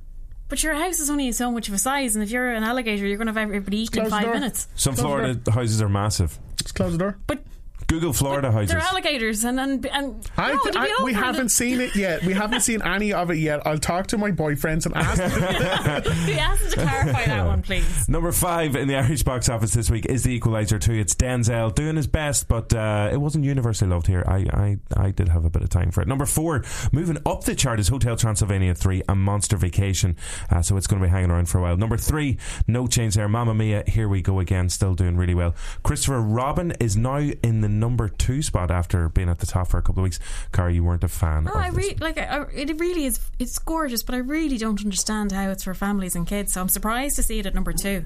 [SPEAKER 3] But your house is only so much of a size, and if you're an alligator, you're going to have everybody eaten
[SPEAKER 2] Close
[SPEAKER 3] in
[SPEAKER 2] the
[SPEAKER 3] five
[SPEAKER 2] door.
[SPEAKER 3] minutes.
[SPEAKER 1] Some
[SPEAKER 2] Close the
[SPEAKER 1] Florida houses are massive.
[SPEAKER 2] Just close the door.
[SPEAKER 3] But
[SPEAKER 1] Google Florida houses.
[SPEAKER 3] they're alligators, and and, and
[SPEAKER 2] I,
[SPEAKER 3] no, it'd be
[SPEAKER 2] I, we
[SPEAKER 3] over in
[SPEAKER 2] haven't (laughs)
[SPEAKER 3] the-
[SPEAKER 2] seen it yet. We haven't seen any of it yet. I'll talk to my boyfriends and
[SPEAKER 1] (laughs)
[SPEAKER 2] ask. them.
[SPEAKER 3] Be (laughs) asked to clarify that one, please.
[SPEAKER 1] Number five in the Irish box office this week is The Equalizer 2. It's Denzel doing his best, but uh, it wasn't universally loved here. I, I, I did have a bit of time for it. Number four, moving up the chart is Hotel Transylvania 3 and Monster Vacation. Uh, so it's going to be hanging around for a while. Number three, no change there. Mamma Mia, here we go again, still doing really well. Christopher Robin is now in the number two spot after being at the top for a couple of weeks. Cara, you weren't a fan.
[SPEAKER 3] No,
[SPEAKER 1] of
[SPEAKER 3] Ah, I
[SPEAKER 1] this.
[SPEAKER 3] re- like I, I- it really is. It's gorgeous, but I really don't understand how it's for families and kids. So I'm surprised to see it at number two.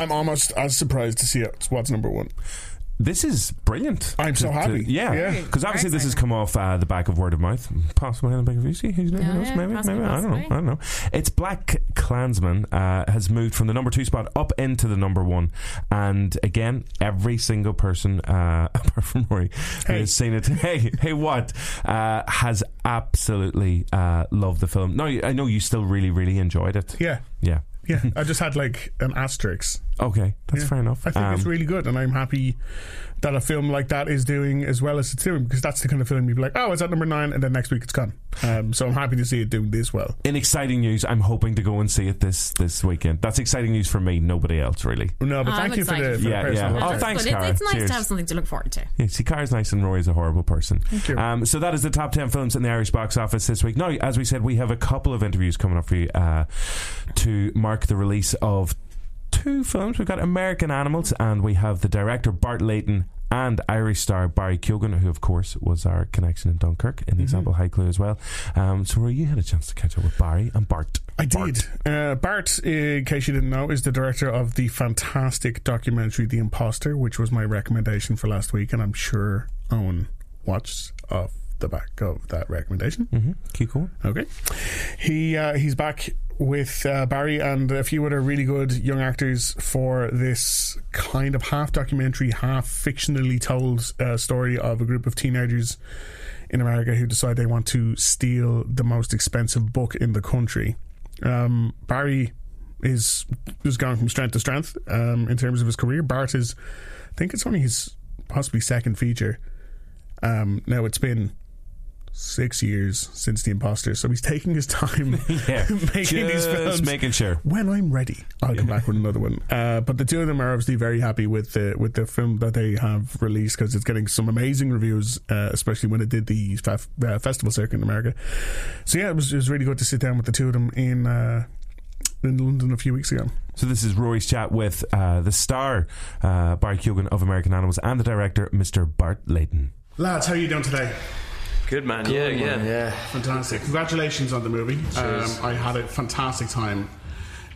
[SPEAKER 2] I'm almost as surprised to see it. What's number one?
[SPEAKER 1] this is brilliant.
[SPEAKER 2] I'm so happy.
[SPEAKER 1] yeah,
[SPEAKER 2] Yeah.
[SPEAKER 1] because obviously this has
[SPEAKER 3] exciting.
[SPEAKER 1] come off uh, the back of word of mouth, possibly on the back of you see who's doing
[SPEAKER 3] Yeah,
[SPEAKER 1] this,
[SPEAKER 3] yeah,
[SPEAKER 1] maybe,
[SPEAKER 3] possibly,
[SPEAKER 1] maybe I don't know, I
[SPEAKER 3] possibly.
[SPEAKER 1] don't know. It's Black Klansman uh, has moved from the number two spot up into the number one, and again, every single person uh, (laughs) apart from Rory who
[SPEAKER 2] Hey.
[SPEAKER 1] has seen it, hey, hey, what uh, has absolutely uh, loved the film. No, I know you still really, really enjoyed it.
[SPEAKER 2] Yeah,
[SPEAKER 1] yeah.
[SPEAKER 2] yeah. I just had like an asterisk
[SPEAKER 1] Okay, that's
[SPEAKER 2] Yeah.
[SPEAKER 1] fair enough.
[SPEAKER 2] I think it's
[SPEAKER 1] Um,
[SPEAKER 2] really good, and I'm happy that a film like that is doing as well as it's doing because that's the kind of film you'd be like, oh, it's at number nine, and then next week it's gone. Um, so I'm happy to see it doing this well.
[SPEAKER 1] in exciting news, I'm hoping to go and see it this this weekend. That's exciting news for me. Nobody else really.
[SPEAKER 2] No, but
[SPEAKER 3] I'm
[SPEAKER 2] thank you for the,
[SPEAKER 3] excited.
[SPEAKER 2] for the
[SPEAKER 1] Yeah,
[SPEAKER 2] personal
[SPEAKER 1] yeah. Oh,
[SPEAKER 2] update.
[SPEAKER 3] That's
[SPEAKER 1] thanks,
[SPEAKER 3] good. It's, it's
[SPEAKER 1] Cara.
[SPEAKER 3] nice
[SPEAKER 1] Cheers.
[SPEAKER 3] to have something to look forward to.
[SPEAKER 1] Yeah, see, Cara's nice and Rory's a horrible person.
[SPEAKER 2] you.
[SPEAKER 1] Um, so that is the top 10 films in the Irish box office this week. Now, as we said, we have a couple of interviews coming up for you uh, to mark the release of two films. We've got American Animals and we have the director Bart Layton and Irish star Barry Keoghan, who, of course, was our connection in Dunkirk,
[SPEAKER 2] Mm-hmm.
[SPEAKER 1] in the example High Clue as well. Um, so, Rory, you had a chance to catch up with Barry and Bart.
[SPEAKER 2] I
[SPEAKER 1] Bart.
[SPEAKER 2] did. Uh, Bart, in case you didn't know, is the director of the fantastic documentary The Imposter, which was my recommendation for last week, and I'm sure Owen watched off the back of that recommendation.
[SPEAKER 1] Mhm. Keep going.
[SPEAKER 2] Okay. He uh, he's back with uh, Barry and a few other really good young actors for this kind of half documentary, half fictionally told uh, story of a group of teenagers in America who decide they want to steal the most expensive book in the country. Um, Barry is is going from strength to strength um, in terms of his career. Bart is, I think it's only his possibly second feature. Um, now it's been six years since the imposter, so he's (laughs) taking his time
[SPEAKER 1] (laughs) Yeah.
[SPEAKER 2] (laughs) making these
[SPEAKER 1] Just
[SPEAKER 2] films.
[SPEAKER 1] making sure.
[SPEAKER 2] when I'm ready, I'll come back with another one. Uh, but the two of them are obviously very happy with the with the film that they have released because it's getting some amazing reviews, uh, especially when it did the fef- uh, festival circuit in America. So yeah, it was, it was really good to sit down with the two of them in uh, in London a few weeks ago.
[SPEAKER 1] So this is Rory's chat with uh, the star uh, Barry Keoghan of American Animals and the director Mr. Bart Layton.
[SPEAKER 2] Lads, how are you doing today?
[SPEAKER 8] Good man. Yeah, yeah, yeah.
[SPEAKER 2] Fantastic. Congratulations on the movie. Um, I had a fantastic time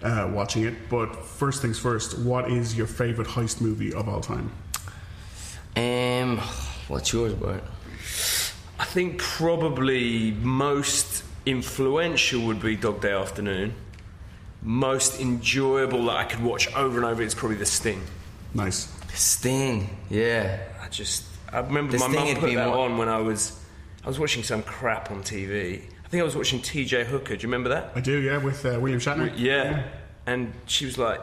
[SPEAKER 2] uh, watching it. But first things first, what is your favorite heist movie of all time?
[SPEAKER 8] Um, what's yours, Bart? I think probably most influential would be Dog Day Afternoon. Most enjoyable that I could watch over and over is probably The Sting.
[SPEAKER 2] Nice.
[SPEAKER 9] Sting, yeah.
[SPEAKER 8] I just, I remember
[SPEAKER 9] The
[SPEAKER 8] my
[SPEAKER 9] Sting
[SPEAKER 8] mum
[SPEAKER 9] had
[SPEAKER 8] put
[SPEAKER 9] been
[SPEAKER 8] that
[SPEAKER 9] what-
[SPEAKER 8] on when I was, I was watching some crap on TV. I think I was watching T.J. Hooker. Do you remember that?
[SPEAKER 2] I do, yeah, with uh, William Shatner.
[SPEAKER 8] Yeah. And she was like,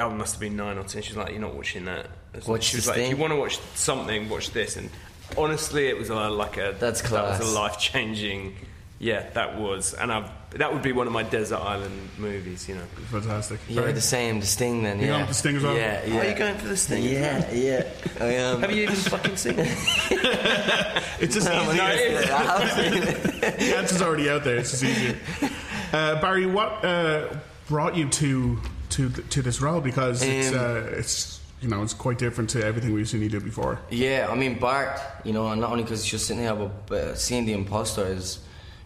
[SPEAKER 8] I must have been nine or ten. She was like, You're not watching that.
[SPEAKER 9] Watch
[SPEAKER 8] she was
[SPEAKER 9] this
[SPEAKER 8] like, If you
[SPEAKER 9] thing."
[SPEAKER 8] want to watch something, watch this. And honestly, it was uh, like a.
[SPEAKER 9] That's
[SPEAKER 8] That was
[SPEAKER 9] class.
[SPEAKER 8] a life changing. Yeah, that was. And I've, that would be one of my Desert Island movies, you know.
[SPEAKER 2] Fantastic.
[SPEAKER 9] Yeah,
[SPEAKER 2] Sorry.
[SPEAKER 9] the same, the Sting then,
[SPEAKER 2] You
[SPEAKER 9] yeah.
[SPEAKER 2] going with the Sting as well?
[SPEAKER 9] Yeah, yeah.
[SPEAKER 8] Are you going for this thing?
[SPEAKER 9] Yeah, yeah. I um, am.
[SPEAKER 8] Have you even fucking seen it?
[SPEAKER 9] (laughs)
[SPEAKER 2] It's just easier.
[SPEAKER 8] (laughs) no, it is.
[SPEAKER 2] the answer's already out there. It's just easier.
[SPEAKER 8] (laughs)
[SPEAKER 2] Uh, Barry, what uh, brought you to to th- to this role? Because it's
[SPEAKER 9] Um,
[SPEAKER 2] uh, it's you know it's quite different to everything we've seen you do before.
[SPEAKER 9] Yeah, I mean Bart, you know, and not only because he's just sitting there, but uh, seeing the imposter is,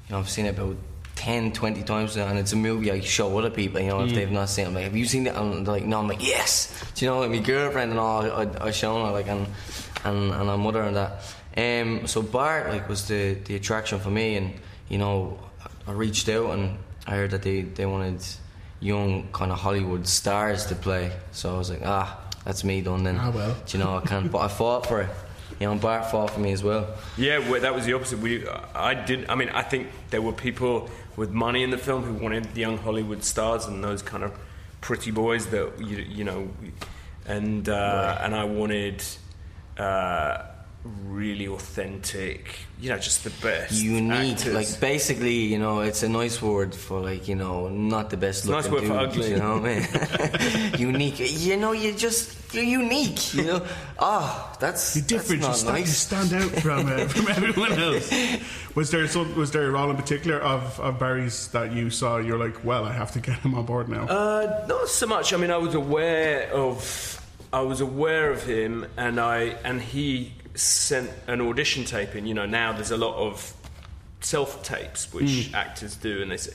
[SPEAKER 9] you know, I've seen it about 10, 20 times now, and it's a movie I show other people, you know,
[SPEAKER 2] Mm.
[SPEAKER 9] if they've not seen it. I'm like, have you seen it? And they're like, no, I'm like, yes. Do you know, like my girlfriend and all, I, I, I shown her, like, and, and, and her mother and that. Um, so Bart, like, was the, the attraction for me, and, you know, I I reached out and I heard that they, they wanted young, kind of Hollywood stars to play. So I was like, ah, that's me done then.
[SPEAKER 2] Ah, well.
[SPEAKER 9] Do you know, I can't,
[SPEAKER 2] (laughs)
[SPEAKER 9] but I fought for it. You know, Bart fought for me as well.
[SPEAKER 8] Yeah, well, that was the opposite. We, uh, I did. I mean, I think there were people with money in the film who wanted young Hollywood stars and those kind of pretty boys that you, you know, and uh, and I wanted uh, really authentic, you know, just the best,
[SPEAKER 9] Unique,
[SPEAKER 8] actors.
[SPEAKER 9] like basically, you know, it's a nice word for like, you know, not the best
[SPEAKER 8] Nice
[SPEAKER 9] looking.
[SPEAKER 8] word for
[SPEAKER 9] dude,
[SPEAKER 8] ugly.
[SPEAKER 9] You know,
[SPEAKER 8] (laughs)
[SPEAKER 9] man. unique. You know, you're just you're unique. You know, ah, that's
[SPEAKER 2] You're different. You
[SPEAKER 9] That's not
[SPEAKER 2] stand, you
[SPEAKER 9] nice.
[SPEAKER 2] stand out from
[SPEAKER 9] (laughs)
[SPEAKER 2] uh, from everyone else. Was there some, was there a role in particular of, of Barry's that you saw? You're like, well, I have to get him on board now.
[SPEAKER 8] Uh, not so much. I mean, I was aware of, I was aware of him, and I and he sent an audition tape in. You know, now there's a lot of self tapes which actors do, and they, s-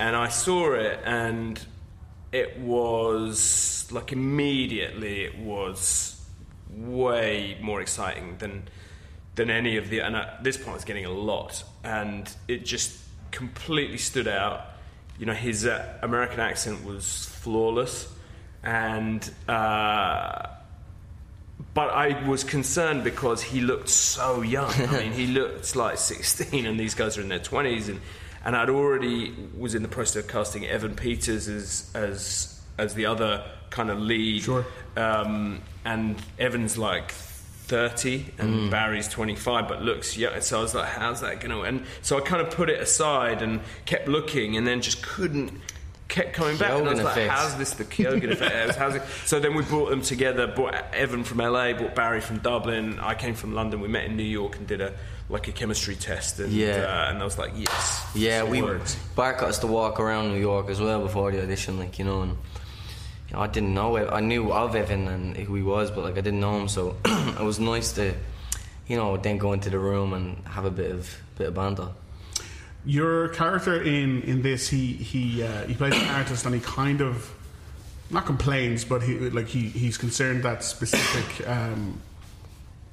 [SPEAKER 8] and I saw it, and it was like immediately it was way more exciting than than any of the and at this point I was getting a lot and it just completely stood out you know his uh, American accent was flawless and uh, but I was concerned because he looked so young. I mean, he looked like 16, and these guys are in their 20s. And, and I'd already was in the process of casting Evan Peters as as as the other kind of lead.
[SPEAKER 2] Sure.
[SPEAKER 8] Um, and Evan's like 30 and Barry's 25, but looks young. So I was like, how's that going to And so I kind of put it aside and kept looking and then just couldn't, kept coming back. And I was
[SPEAKER 9] Kyogen
[SPEAKER 8] like,
[SPEAKER 9] effect.
[SPEAKER 8] how's this the Kyogen effect? is? How's it? So then we brought them together, brought Evan from LA, brought Barry from Dublin. I came from London. We met in New York and did a like a chemistry test. And,
[SPEAKER 9] Yeah.
[SPEAKER 8] uh, and I was like, yes.
[SPEAKER 9] Yeah,
[SPEAKER 8] this
[SPEAKER 9] we
[SPEAKER 8] works.
[SPEAKER 9] Bart got us to walk around New York as well before the audition, like you know, and you know, I didn't know Ev- I knew of Evan and who he was, but like I didn't know him, so (clears throat) it was nice to, you know, then go into the room and have a bit of bit of banter.
[SPEAKER 2] Your character in in this, he he uh, he plays an artist, and he kind of not complains, but he like he he's concerned that specific um,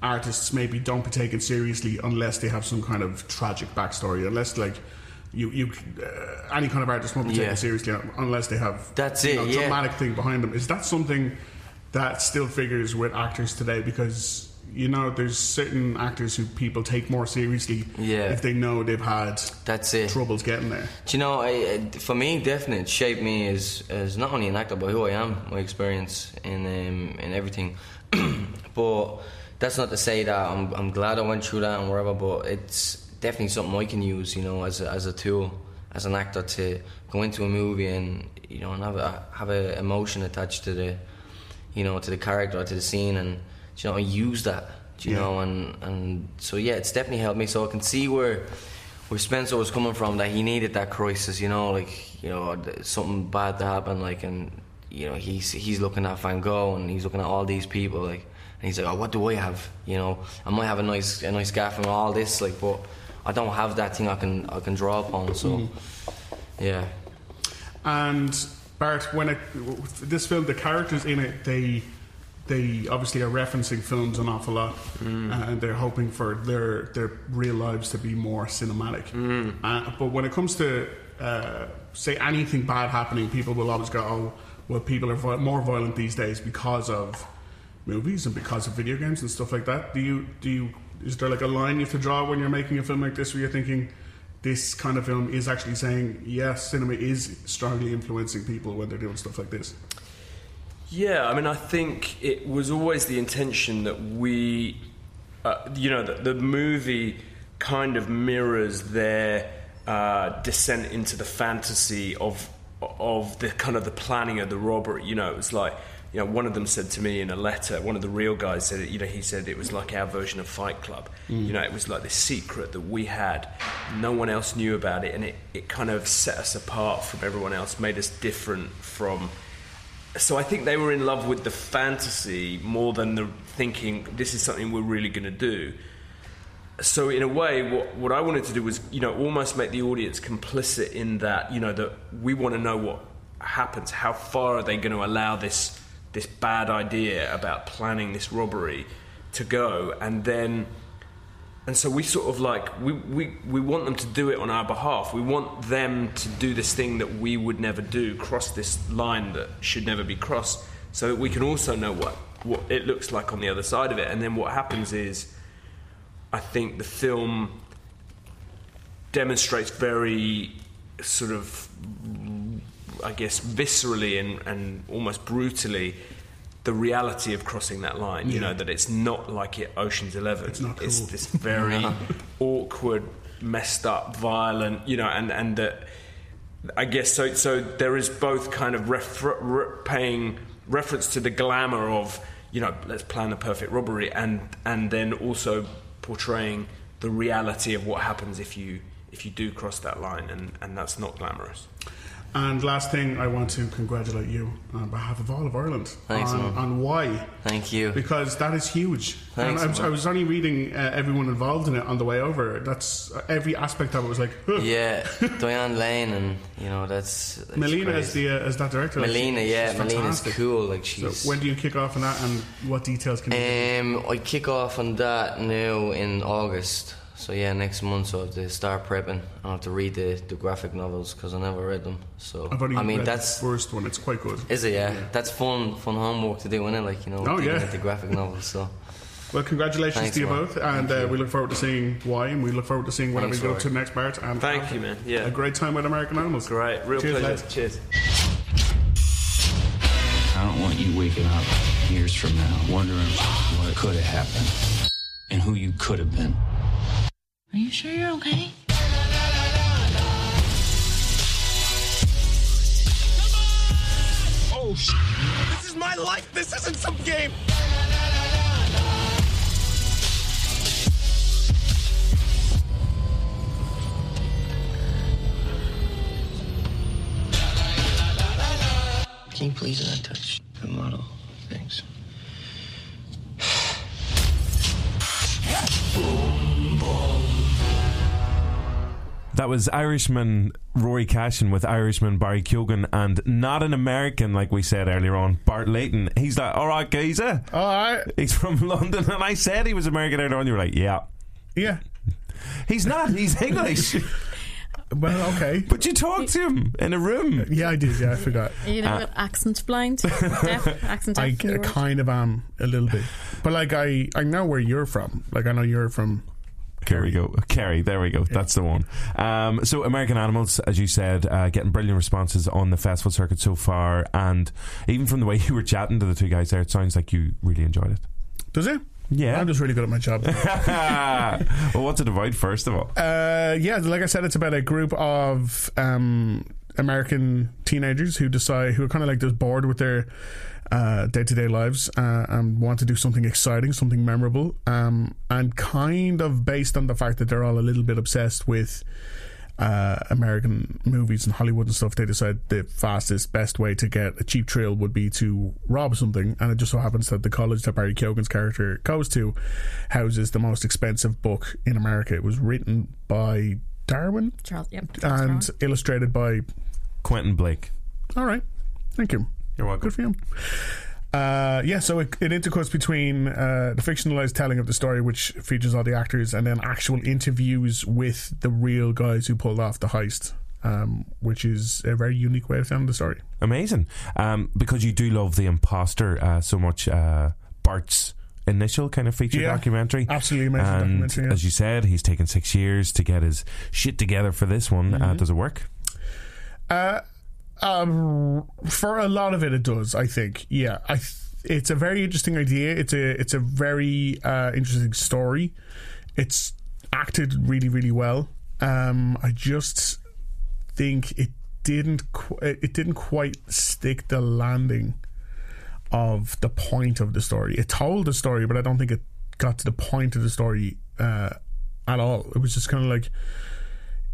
[SPEAKER 2] artists maybe don't be taken seriously unless they have some kind of tragic backstory, unless like. You, you, uh, any kind of artist won't be taken
[SPEAKER 9] Yeah.
[SPEAKER 2] seriously unless they have
[SPEAKER 9] That's
[SPEAKER 2] you
[SPEAKER 9] it,
[SPEAKER 2] know,
[SPEAKER 9] yeah.
[SPEAKER 2] dramatic thing behind them. Is that something that still figures with actors today? Because you know, there's certain actors who people take more seriously
[SPEAKER 9] Yeah.
[SPEAKER 2] if they know they've had
[SPEAKER 9] That's it.
[SPEAKER 2] troubles getting there.
[SPEAKER 9] Do you know, I, I- for me, definitely it shaped me as, as not only an actor, but who I am, my experience, and, um, and everything. but that's not to say that I'm, I'm glad I went through that and whatever, but it's definitely something I can use, you know, as a, as a tool, as an actor to go into a movie and, you know, and have a, have a emotion attached to the, you know, to the character or to the scene and, do you know, use that, do you
[SPEAKER 2] Yeah.
[SPEAKER 9] know, and, and so yeah, it's definitely helped me. So I can see where where Spencer was coming from that he needed that crisis, you know, like you know th- something bad to happen, like and you know he's he's looking at Van Gogh and he's looking at all these people, like and he's like, oh, what do I have? You know, I might have a nice a nice guy from all this, like, but I don't have that thing I can I can draw upon. So
[SPEAKER 2] Mm-hmm.
[SPEAKER 9] yeah,
[SPEAKER 2] And Bart, when it, this film, the characters in it, they they obviously are referencing films an awful lot, uh, and they're hoping for their their real lives to be more cinematic. Uh, but when it comes to uh, say anything bad happening, people will always go, "Oh, well, people are vi- more violent these days because of movies and because of video games and stuff like that." Do you do you is there like a line you have to draw when you're making a film like this where you're thinking? this kind of film is actually saying, yes, cinema is strongly influencing people when they're doing stuff like this.
[SPEAKER 8] Yeah, I mean, I think it was always the intention that we, uh, you know, that the movie kind of mirrors their uh, descent into the fantasy of of the kind of the planning of the robbery. You know, it was like. You know, one of them said to me in a letter. One of the real guys said, you know, he said it was like our version of Fight Club. You know, it was like this secret that we had, no one else knew about it, and it, it kind of set us apart from everyone else, made us different from so I think they were in love with the fantasy more than the thinking this is something we're really going to do. So in a way, what what I wanted to do was you know almost make the audience complicit in that you know that we want to know what happens. How far are they going to allow this this bad idea about planning this robbery to go, and then and so we sort of like we, we, we want them to do it on our behalf. We want them to do this thing that we would never do, cross this line that should never be crossed, so that we can also know what, what it looks like on the other side of it. And then what happens is I think the film demonstrates very sort of I guess viscerally and, and almost brutally the reality of crossing that line. You know, that it's not like it Ocean's Eleven. It's
[SPEAKER 2] not cool.
[SPEAKER 8] this very awkward, messed up, violent, you know, and, and that I guess so so there is both kind of refer- re- paying reference to the glamour of, you know, let's plan a perfect robbery and and then also portraying the reality of what happens if you if you do cross that line and, and that's not glamorous.
[SPEAKER 2] And last thing, I want to congratulate you on behalf of all of Ireland
[SPEAKER 9] Thanks,
[SPEAKER 2] on,
[SPEAKER 9] man.
[SPEAKER 2] on why.
[SPEAKER 9] Thank you.
[SPEAKER 2] Because that is huge.
[SPEAKER 9] Thanks,
[SPEAKER 2] and I was,
[SPEAKER 9] man.
[SPEAKER 2] I was only reading uh, everyone involved in it on the way over. That's uh, every aspect of it was like, huh. (laughs)
[SPEAKER 9] yeah, Diane Lane and you know that's, that's
[SPEAKER 2] Melina
[SPEAKER 9] crazy.
[SPEAKER 2] as the uh, as that director. like,
[SPEAKER 9] Melina,
[SPEAKER 2] she's
[SPEAKER 9] yeah, Melina's
[SPEAKER 2] fantastic.
[SPEAKER 9] cool. Like she's
[SPEAKER 2] So when do you kick off on that, and what details can you? give?
[SPEAKER 9] Um, I kick off on that
[SPEAKER 10] Oh,
[SPEAKER 9] now in August. So yeah, next month. So I have to start prepping. I have to read the, the graphic novels because I never read them. So
[SPEAKER 2] I've only
[SPEAKER 9] I mean,
[SPEAKER 2] read
[SPEAKER 9] that's
[SPEAKER 2] the first one. It's quite good.
[SPEAKER 9] is it? Yeah, that's fun fun homework to do, isn't it? Like you know,
[SPEAKER 2] Oh,
[SPEAKER 9] digging
[SPEAKER 2] yeah.
[SPEAKER 9] at the graphic novels. So
[SPEAKER 2] Well, congratulations
[SPEAKER 9] Thanks,
[SPEAKER 2] to you
[SPEAKER 9] man.
[SPEAKER 2] both, and uh, we look forward to seeing why, and we look forward to seeing whatever
[SPEAKER 9] Thanks,
[SPEAKER 2] we go
[SPEAKER 9] Roy.
[SPEAKER 2] to next, Bart. And
[SPEAKER 8] Thank
[SPEAKER 2] have
[SPEAKER 8] you, man. Yeah.
[SPEAKER 2] a great time with American Animals.
[SPEAKER 8] Great, real
[SPEAKER 2] Cheers,
[SPEAKER 8] pleasure.
[SPEAKER 2] lads.
[SPEAKER 8] Cheers.
[SPEAKER 11] I don't want You waking up years from now, wondering what could have happened and who you could have been.
[SPEAKER 6] Are you sure you're okay?
[SPEAKER 12] Oh, sh- this is my life. This isn't some game.
[SPEAKER 9] Can you please not touch the model? Thanks.
[SPEAKER 1] That was Irishman Rory Cashin with Irishman Barry Keoghan and not an American, like we said earlier on, Bart Layton. He's like, all right, geezer.
[SPEAKER 2] All right.
[SPEAKER 1] He's from (laughs) London, and I said he was American earlier on. You were like, yeah.
[SPEAKER 2] Yeah.
[SPEAKER 1] He's not. He's
[SPEAKER 2] (laughs)
[SPEAKER 1] English.
[SPEAKER 2] well, okay.
[SPEAKER 1] But you talked to him in a room.
[SPEAKER 2] Yeah, I did. Yeah, I forgot.
[SPEAKER 3] You know,
[SPEAKER 2] Uh, (laughs)
[SPEAKER 3] accent blind, deaf, accent
[SPEAKER 2] I
[SPEAKER 3] deaf.
[SPEAKER 2] k- kind of am a little bit, but like I, I know where you're from. Like I know you're from.
[SPEAKER 1] There we go. Kerry, there we go. That's the one. Um, so, American Animals, as you said, uh, getting brilliant responses on the festival circuit so far. And even from the way (laughs) you were chatting to the two guys there, it sounds like you really enjoyed it.
[SPEAKER 2] Does it?
[SPEAKER 1] Yeah.
[SPEAKER 2] I'm just really good at my job.
[SPEAKER 1] (laughs) well, what's it about, first of all?
[SPEAKER 2] Uh, yeah, like I said, it's about a group of um, American teenagers who decide who are kind of like just bored with their day to day lives uh, and want to do something exciting, something memorable, um, and kind of based on the fact that they're all a little bit obsessed with. Uh, American movies and Hollywood and stuff, they decide the fastest, best way to get a cheap thrill would be to rob something. And it just so happens that the college that Barry Keoghan's character goes to houses the most expensive book in America. It was written by Darwin
[SPEAKER 3] Charles, yep.
[SPEAKER 2] and illustrated by.
[SPEAKER 1] Quentin Blake.
[SPEAKER 2] All right. Thank you.
[SPEAKER 1] You're welcome.
[SPEAKER 2] Good for him. Uh, yeah, so it, it intercuts between uh, the fictionalized telling of the story, which features all the actors, and then actual interviews with the real guys who pulled off the heist, um, which is a very unique way of telling the story.
[SPEAKER 1] Amazing. Um, because you do love The Imposter uh, so much, uh, Bart's initial kind of feature
[SPEAKER 2] Yeah.
[SPEAKER 1] documentary.
[SPEAKER 2] Absolutely amazing
[SPEAKER 1] And
[SPEAKER 2] documentary. yeah.
[SPEAKER 1] as you said, he's taken six years to get his shit together for this one.
[SPEAKER 2] Mm-hmm.
[SPEAKER 1] Uh, does it work?
[SPEAKER 2] Uh, um, for a lot of it, it does. I think. Yeah, I. Th- it's a very interesting idea. It's a. It's a very uh, interesting story. It's acted really, really well. Um, I just think it didn't. Qu- it it didn't quite stick the landing of the point of the story. It told the story, but I don't think it got to the point of the story uh, at all. It was just kind of like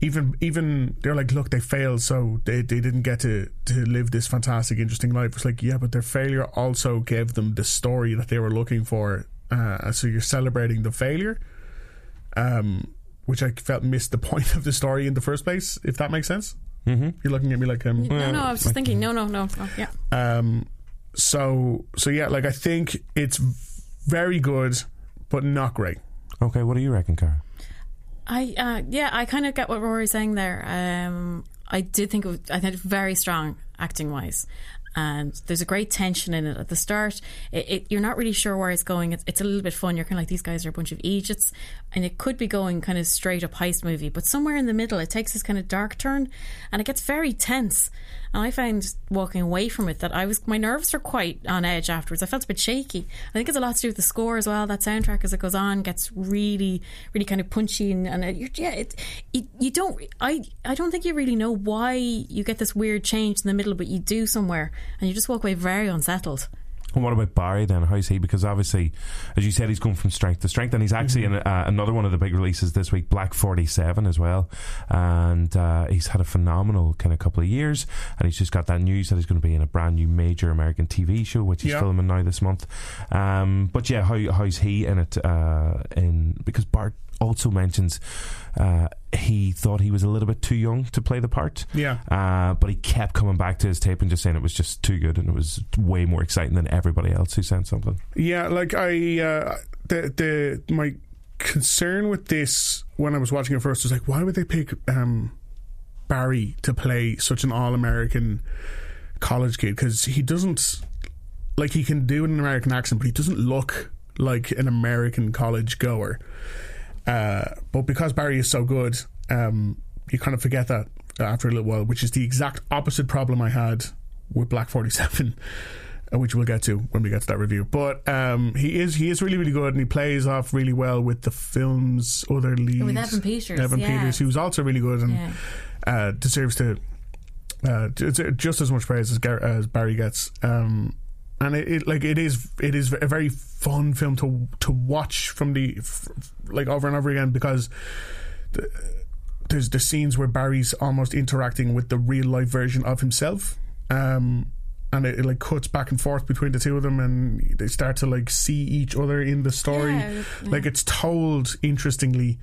[SPEAKER 2] even even they're like, look, they failed, so they, they didn't get to to live this fantastic, interesting life. It's like, yeah, but their failure also gave them the story that they were looking for. Uh, so you're celebrating the failure, um, which I felt missed the (laughs) point of the story in the first place. If that makes sense,
[SPEAKER 1] mm-hmm.
[SPEAKER 2] you're looking at me like, um,
[SPEAKER 3] No, no, I was just thinking, no, no, no, no, yeah.
[SPEAKER 2] um, so so yeah, like I think it's very good, but not great.
[SPEAKER 1] Okay, what do you reckon, Cara?
[SPEAKER 3] I uh, yeah, I kind of get what Rory's saying there. Um, I did think it was, I think it's very strong acting wise, and there's a great tension in it at the start. It, it, you're not really sure where it's going. It's, it's a little bit fun. You're kind of like these guys are a bunch of Egypts, and it could be going kind of straight up heist movie, but somewhere in the middle, it takes this kind of dark turn, and it gets very tense. And I found walking away from it that I was my nerves were quite on edge afterwards. I felt a bit shaky. I think it's a lot to do with the score as well. That soundtrack as it goes on gets really, really kind of punchy and, and it, you're- yeah, it, it, you don't. I I don't think you really know why you get this weird change in the middle, but you do somewhere, and you just walk away very unsettled.
[SPEAKER 1] And what about Barry then? How's he? Because obviously, as you said, he's going from strength to strength, and he's actually in uh, another one of the big releases this week, Black Forty Seven as well. And uh, he's had a phenomenal kind of couple of years, and he's just got that news that he's going to be in a brand new major American TV show, which he's
[SPEAKER 2] Yeah.
[SPEAKER 1] filming now this month. Um, but yeah, how, how's he in it? Uh, in because Bart also mentions uh, he thought he was a little bit too young to play the part.
[SPEAKER 2] Yeah.
[SPEAKER 1] Uh, but he kept coming back to his tape and just saying it was just too good and it was way more exciting than everybody else who sent something.
[SPEAKER 2] Yeah, like I uh, the the my concern with this when I was watching it first was like, why would they pick um, Barry to play such an all American college kid? Because he doesn't like he can do an American accent, but he doesn't look like an American college goer. Uh, but because Barry is so good, um, you kind of forget that after a little while, which is the exact opposite problem I had with Black Forty Seven. (laughs) uh, which we'll get to when we get to that review. But um, he is he is really really good, and he plays off really well with the film's other leads,
[SPEAKER 3] With Evan Peters,
[SPEAKER 2] Evan
[SPEAKER 3] yeah.
[SPEAKER 2] Peters, who's also really good and
[SPEAKER 3] Yeah.
[SPEAKER 2] uh, deserves to uh, d- d- just as much praise as, Gar- as Barry gets. Um, and it, it like it is it is a very fun film to to watch from the f- f- like over and over again because the, there's the scenes where Barry's almost interacting with the real life version of himself. Um, and it, it like cuts back and forth between the two of them, and they start to like see each other in the story.
[SPEAKER 13] Yeah, yeah.
[SPEAKER 2] Mm. Like it's told interestingly,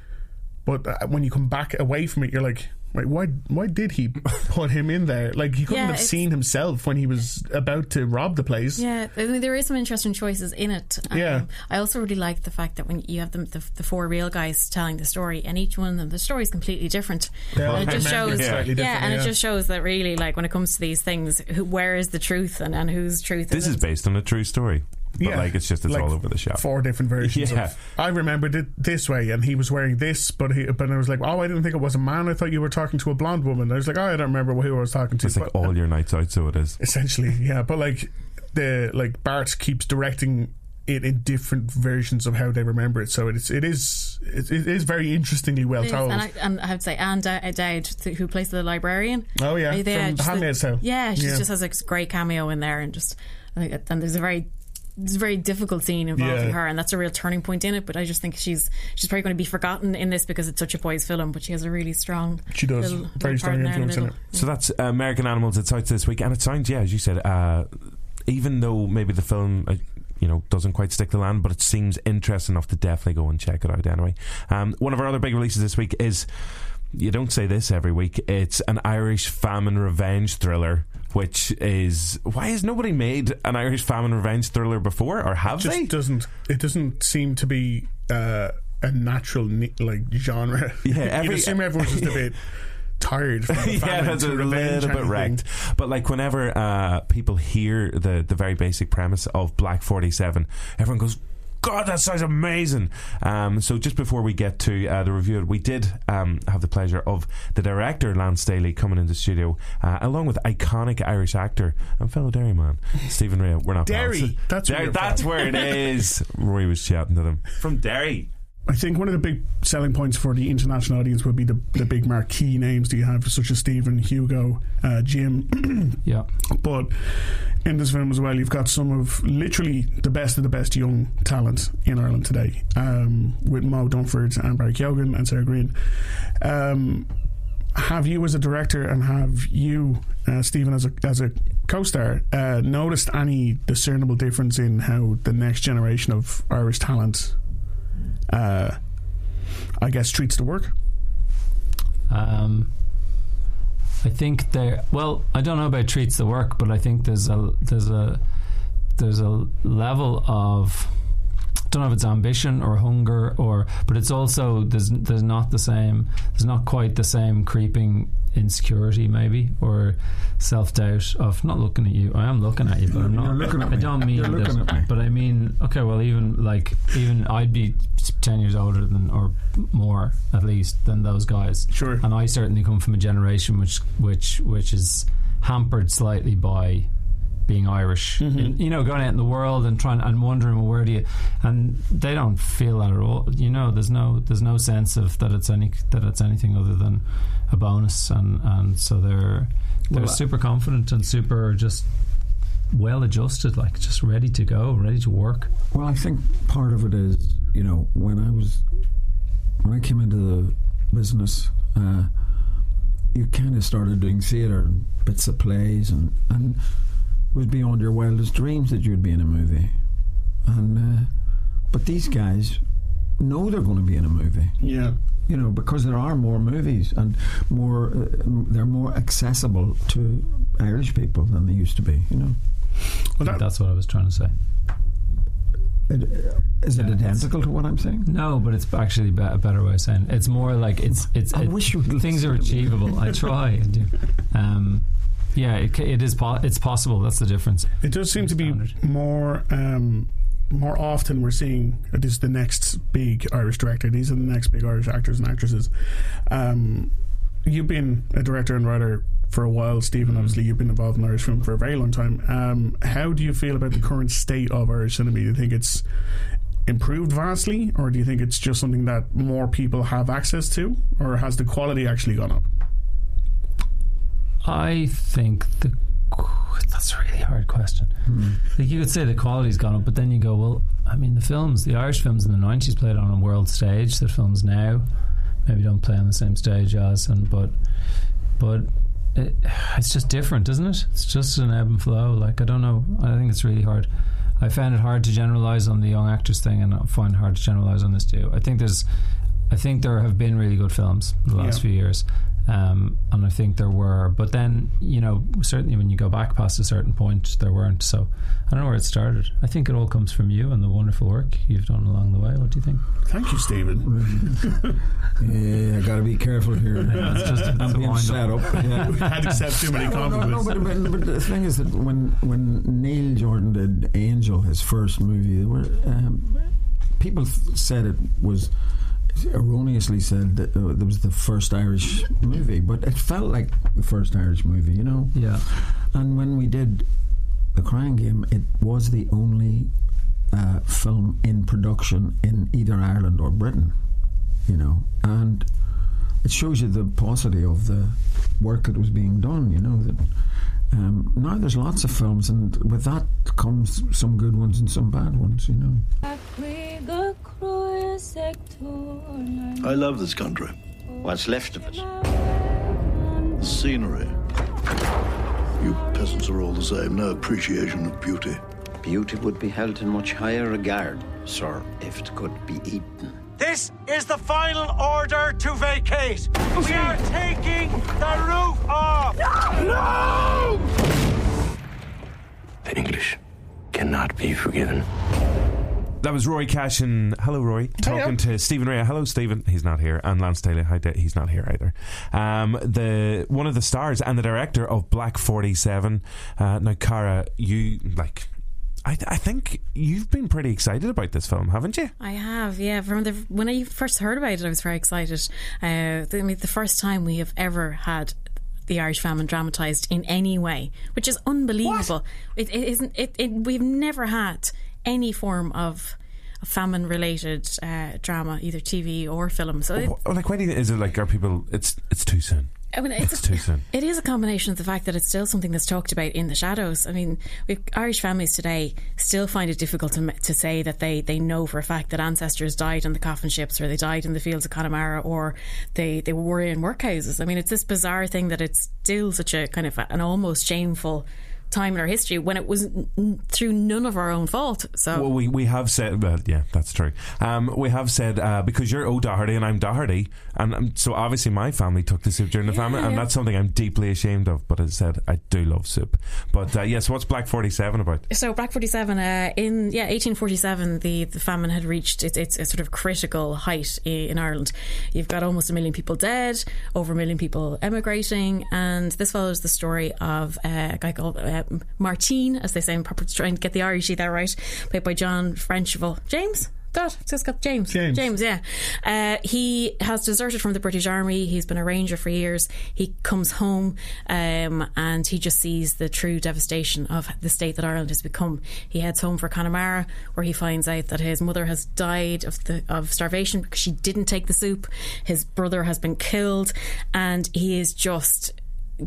[SPEAKER 2] but uh, when you come back away from it, you're like, wait, why? Why did he (laughs) put him in there? Like he couldn't
[SPEAKER 3] Yeah,
[SPEAKER 2] have
[SPEAKER 3] it's-
[SPEAKER 2] seen himself when he was about to rob the place.
[SPEAKER 3] Yeah, I mean, there is some interesting choices in it. Um,
[SPEAKER 2] Yeah.
[SPEAKER 3] I also really like the fact that when you have them, the, the four real guys telling the story, and each one of them, the story is completely different.
[SPEAKER 2] They're all
[SPEAKER 3] and it just
[SPEAKER 2] remembered
[SPEAKER 3] shows, (laughs) yeah,
[SPEAKER 2] slightly differently,
[SPEAKER 3] and
[SPEAKER 2] yeah.
[SPEAKER 3] it just shows that really, like, when it comes to these things, who, where is the truth and, and whose truth
[SPEAKER 1] This is
[SPEAKER 3] is
[SPEAKER 1] based on a true story. But
[SPEAKER 2] Yeah.
[SPEAKER 1] like it's just it's
[SPEAKER 2] Like,
[SPEAKER 1] all over the shop.
[SPEAKER 2] Four different versions.
[SPEAKER 1] Yeah.
[SPEAKER 2] Of, I remembered it this way, and he was wearing this, but he, but I was like, oh, I didn't think it was a man. I thought you were talking to a blonde woman. I was like, oh, I don't remember who I was talking to.
[SPEAKER 1] It's like
[SPEAKER 2] But-
[SPEAKER 1] all your nights out, so it is.
[SPEAKER 2] essentially yeah but like the like bart keeps directing it in different versions of how they remember it so it's it is it, it is very interestingly well
[SPEAKER 3] It is,
[SPEAKER 2] told
[SPEAKER 3] And I, and I have to say, Anne Dow- Dowd, th- who plays the librarian.
[SPEAKER 2] Oh, yeah,
[SPEAKER 3] Uh,
[SPEAKER 2] from
[SPEAKER 3] she's
[SPEAKER 2] Handmaid's Tale.
[SPEAKER 3] Yeah, she
[SPEAKER 2] Yeah.
[SPEAKER 3] just has a great cameo in there, and just I think it- and there's a very it's a very difficult scene involving
[SPEAKER 2] Yeah.
[SPEAKER 3] her, and that's a real turning point in it. But I just think she's she's probably going to be forgotten in this because it's such a boys' film. But she has a really strong
[SPEAKER 2] She does. Very strong
[SPEAKER 3] part there the
[SPEAKER 2] influence in
[SPEAKER 3] middle.
[SPEAKER 1] So that's uh, American Animals. It's out this week, and it sounds yeah, as you said, uh, even though maybe the film. Uh, you know, doesn't quite stick the land, but it seems interesting enough to definitely go and check it out anyway. Um, one of our other big releases this week is you don't say this every week. It's an Irish famine revenge thriller, which is why has nobody made an Irish famine revenge thriller before, or have
[SPEAKER 2] just
[SPEAKER 1] they?
[SPEAKER 2] doesn't it doesn't seem to be uh, a natural ne- like genre
[SPEAKER 1] Yeah,
[SPEAKER 2] (laughs) you
[SPEAKER 1] every-
[SPEAKER 2] assume everyone's just a
[SPEAKER 1] (laughs)
[SPEAKER 2] bit tired from the
[SPEAKER 1] yeah,
[SPEAKER 2] famine
[SPEAKER 1] that's
[SPEAKER 2] to
[SPEAKER 1] a
[SPEAKER 2] revenge
[SPEAKER 1] little
[SPEAKER 2] kind
[SPEAKER 1] bit
[SPEAKER 2] of thing.
[SPEAKER 1] wrecked. But like whenever uh, people hear the the very basic premise of Black Forty Seven, everyone goes. God, that sounds amazing! Um, so, just before we get to uh, the review, we did um, have the pleasure of the director Lance Daly coming into the studio, uh, along with iconic Irish actor and fellow Dairyman Stephen Ray. We're not
[SPEAKER 2] Derry,
[SPEAKER 1] pals.
[SPEAKER 2] that's where
[SPEAKER 1] Derry,
[SPEAKER 2] you're
[SPEAKER 1] that's
[SPEAKER 2] from.
[SPEAKER 1] where it is. Rory was shouting at him from Derry.
[SPEAKER 2] I think one of the big selling points for the international audience would be the, the big marquee names that you have, such as Stephen, Hugo, uh, Jim.
[SPEAKER 10] yeah.
[SPEAKER 2] But in this film as well, you've got some of literally the best of the best young talent in Ireland today, um, with Mo Dunford and Barry Keoghan and Sarah Green. Um, have you, as a director, and have you, uh, Stephen, as a as a co-star, uh, noticed any discernible difference in how the next generation of Irish talent uh, I guess treats to work.
[SPEAKER 10] Um, I think there. Well, I don't know about treats the work, but I think there's a there's a there's a level of don't know if it's ambition or hunger or but it's also there's there's not the same there's not quite the same creeping insecurity maybe or self doubt of not looking at you. I am looking at you, but I'm not.
[SPEAKER 14] You're looking at me.
[SPEAKER 10] I don't mean
[SPEAKER 14] You're looking
[SPEAKER 10] that-
[SPEAKER 14] at me.
[SPEAKER 10] but I mean okay. Well, even like even I'd be ten years older than or more at least than those guys.
[SPEAKER 2] Sure.
[SPEAKER 10] And I certainly come from a generation which which which is hampered slightly by being Irish. In- you know, going out in the world and trying and wondering well, where do you and they don't feel that at all. You know, there's no there's no sense of that it's any that it's anything other than a bonus and and so they're they're
[SPEAKER 14] Well, I-
[SPEAKER 10] super confident and super just well adjusted like just ready to go ready to work
[SPEAKER 14] Well, I think part of it is, you know, when I was when I came into the business, uh, you kind of started doing theatre and bits of plays, and and it was beyond your wildest dreams that you'd be in a movie, and uh, but these guys know they're going to be in a movie.
[SPEAKER 2] Yeah.
[SPEAKER 14] You know, because there are more movies and more, uh, they're more accessible to Irish people than they used to be. You know,
[SPEAKER 10] I think that's what I was trying to say.
[SPEAKER 14] It, is it identical to what I'm saying?
[SPEAKER 10] No, but it's actually be- a better way of saying it. it's more like it's it's. I wish you things are
[SPEAKER 14] (laughs)
[SPEAKER 10] achievable. I try. I do. Um, yeah, it, ca- it is. Po- it's possible. That's the difference.
[SPEAKER 2] It does seem to be more um, more often we're seeing uh, this is the next big Irish director. These are the next big Irish actors and actresses. Um, you've been a director and writer for a while, Stephen. Obviously, you've been involved in Irish film for a very long time. Um, how do you feel about the current state of Irish cinema? Do you think it's improved vastly, or do you think it's just something that more people have access to, or has the quality actually gone up?
[SPEAKER 10] I think the that's a really hard question. Like you could say the quality's gone up, but then you go, well, I mean, the films, the Irish films in the nineties played on a world stage. The films now maybe don't play on the same stage as, and but but eh, it, it's just different, isn't it? It's just an ebb and flow. Like I don't know. Oh, I think it's really hard. I found it hard to generalize on the young actors thing, and I find it hard to generalize on this too. I think there's, I think there have been really good films in the last
[SPEAKER 13] Yeah.
[SPEAKER 10] few years. Um, and I think there were, but then you know, certainly when you go back past a certain point, there weren't. So I don't know where it started. I think it all comes from you and the wonderful work you've done along the way. What do you think?
[SPEAKER 2] Thank you, Stephen.
[SPEAKER 14] (laughs) yeah, I got to be careful here.
[SPEAKER 10] Yeah, it's just- it's
[SPEAKER 14] I'm
[SPEAKER 10] a
[SPEAKER 14] being
[SPEAKER 10] wind-up.
[SPEAKER 14] set up.
[SPEAKER 2] (laughs)
[SPEAKER 14] Yeah.
[SPEAKER 10] We had accept too many
[SPEAKER 14] No, no, no,
[SPEAKER 10] compliments.
[SPEAKER 14] but- but, but the thing is that when when Neil Jordan did Angel, his first movie, there were um, people th- said it was erroneously said that uh, it was the first Irish movie, but it felt like the first Irish movie, you know.
[SPEAKER 10] Yeah.
[SPEAKER 14] And when we did the Crying Game, it was the only uh, film in production in either Ireland or Britain, you know, and it shows you the paucity of the work that was being done. You know that um, now there's lots of films, and with that comes some good ones and some bad ones. You know.
[SPEAKER 15] I love this country. What's left of it. The scenery. You peasants are all the same. No appreciation of beauty.
[SPEAKER 16] Beauty would be held in much higher regard, sir, if it could be eaten.
[SPEAKER 12] This is the final order to vacate. We are taking the roof off. No!
[SPEAKER 11] The English cannot be forgiven.
[SPEAKER 1] That was Roy Cash and hello Roy talking to Stephen Ray. Hello Stephen, he's not here, and Lance Taylor, hi, Da- he's not here either. Um, the one of the stars and the director of Black Forty Seven. Uh, now, Cara, you like, I, th- I think you've been pretty excited about this film, haven't you?
[SPEAKER 3] I have, yeah. From the when I first heard about it, I was very excited. Uh, I mean, the first time we have ever had the Irish famine dramatized in any way, which is unbelievable. It, it isn't. It, it we've never had any form of famine related uh, drama, either TV or film. So it,
[SPEAKER 1] Wh- like, why do you, is it like are people? It's it's too soon.
[SPEAKER 3] I mean,
[SPEAKER 1] It's too soon.
[SPEAKER 3] It is a combination of the fact that it's still something that's talked about in the shadows. I mean, we Irish families today still find it difficult to, m- to say that they, they know for a fact that ancestors died on the coffin ships or they died in the fields of Connemara or they, they were in workhouses. I mean, it's this bizarre thing that it's still such a kind of an almost shameful time in our history when it was n- n- through none of our own fault. So
[SPEAKER 1] Well, we, we have said, well, yeah, that's true. Um, we have said uh, because you're O'Doherty and I'm Doherty, and um, so obviously my family took the soup during the famine, and
[SPEAKER 3] yeah.
[SPEAKER 1] that's something I'm deeply ashamed of. But as I said, I do love soup. But uh, yes, what's Black Forty Seven about?
[SPEAKER 3] So Black Forty Seven, uh, in yeah, eighteen forty seven, the, the famine had reached its, its, its sort of critical height i- in Ireland. You've got almost a million people dead, over a million people emigrating, and this follows the story of uh, a guy called uh, Martine, as they say in proper trying to get the Irishy there right, played by John Frenchville James. God, it's just got James. James. yeah. Uh, he has deserted from the British Army. He's been a ranger for years. He comes home um, and he just sees the true devastation of the state that Ireland has become. He heads home for Connemara, where he finds out that his mother has died of the of starvation because she didn't take the soup. His brother has been killed, and he is just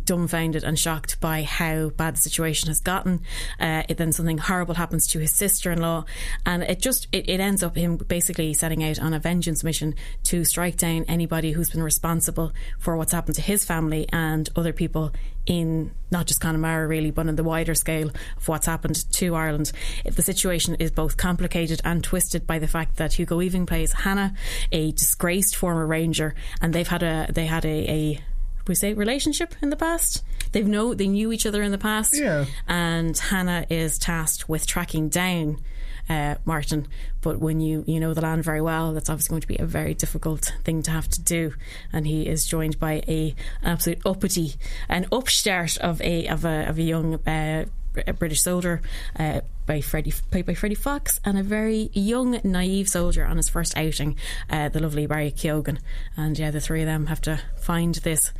[SPEAKER 3] dumbfounded and shocked by how bad the situation has gotten. Uh, it, then something horrible happens to his sister-in-law, and it just it, it ends up him basically setting out on a vengeance mission to strike down anybody who's been responsible for what's happened to his family and other people in not just Connemara really, but in the wider scale of what's happened to Ireland. It- The situation is both complicated and twisted by the fact that Hugo Weaving plays Hannah, a disgraced former ranger, and they've had a they had a, a we say relationship in the past. They've know they knew each other in the past. Yeah. And Hannah is tasked with tracking down uh, Martin. But when you you know the land very well, that's obviously going to be a very difficult thing to have to do. And he is joined by a an absolute uppity, an upstart of a of a of a young. Uh, a British soldier uh, by Freddie, played by Freddie Fox, and a very young, naive soldier on his first outing, uh, the lovely Barry Keoghan. And yeah, the three of them have to find this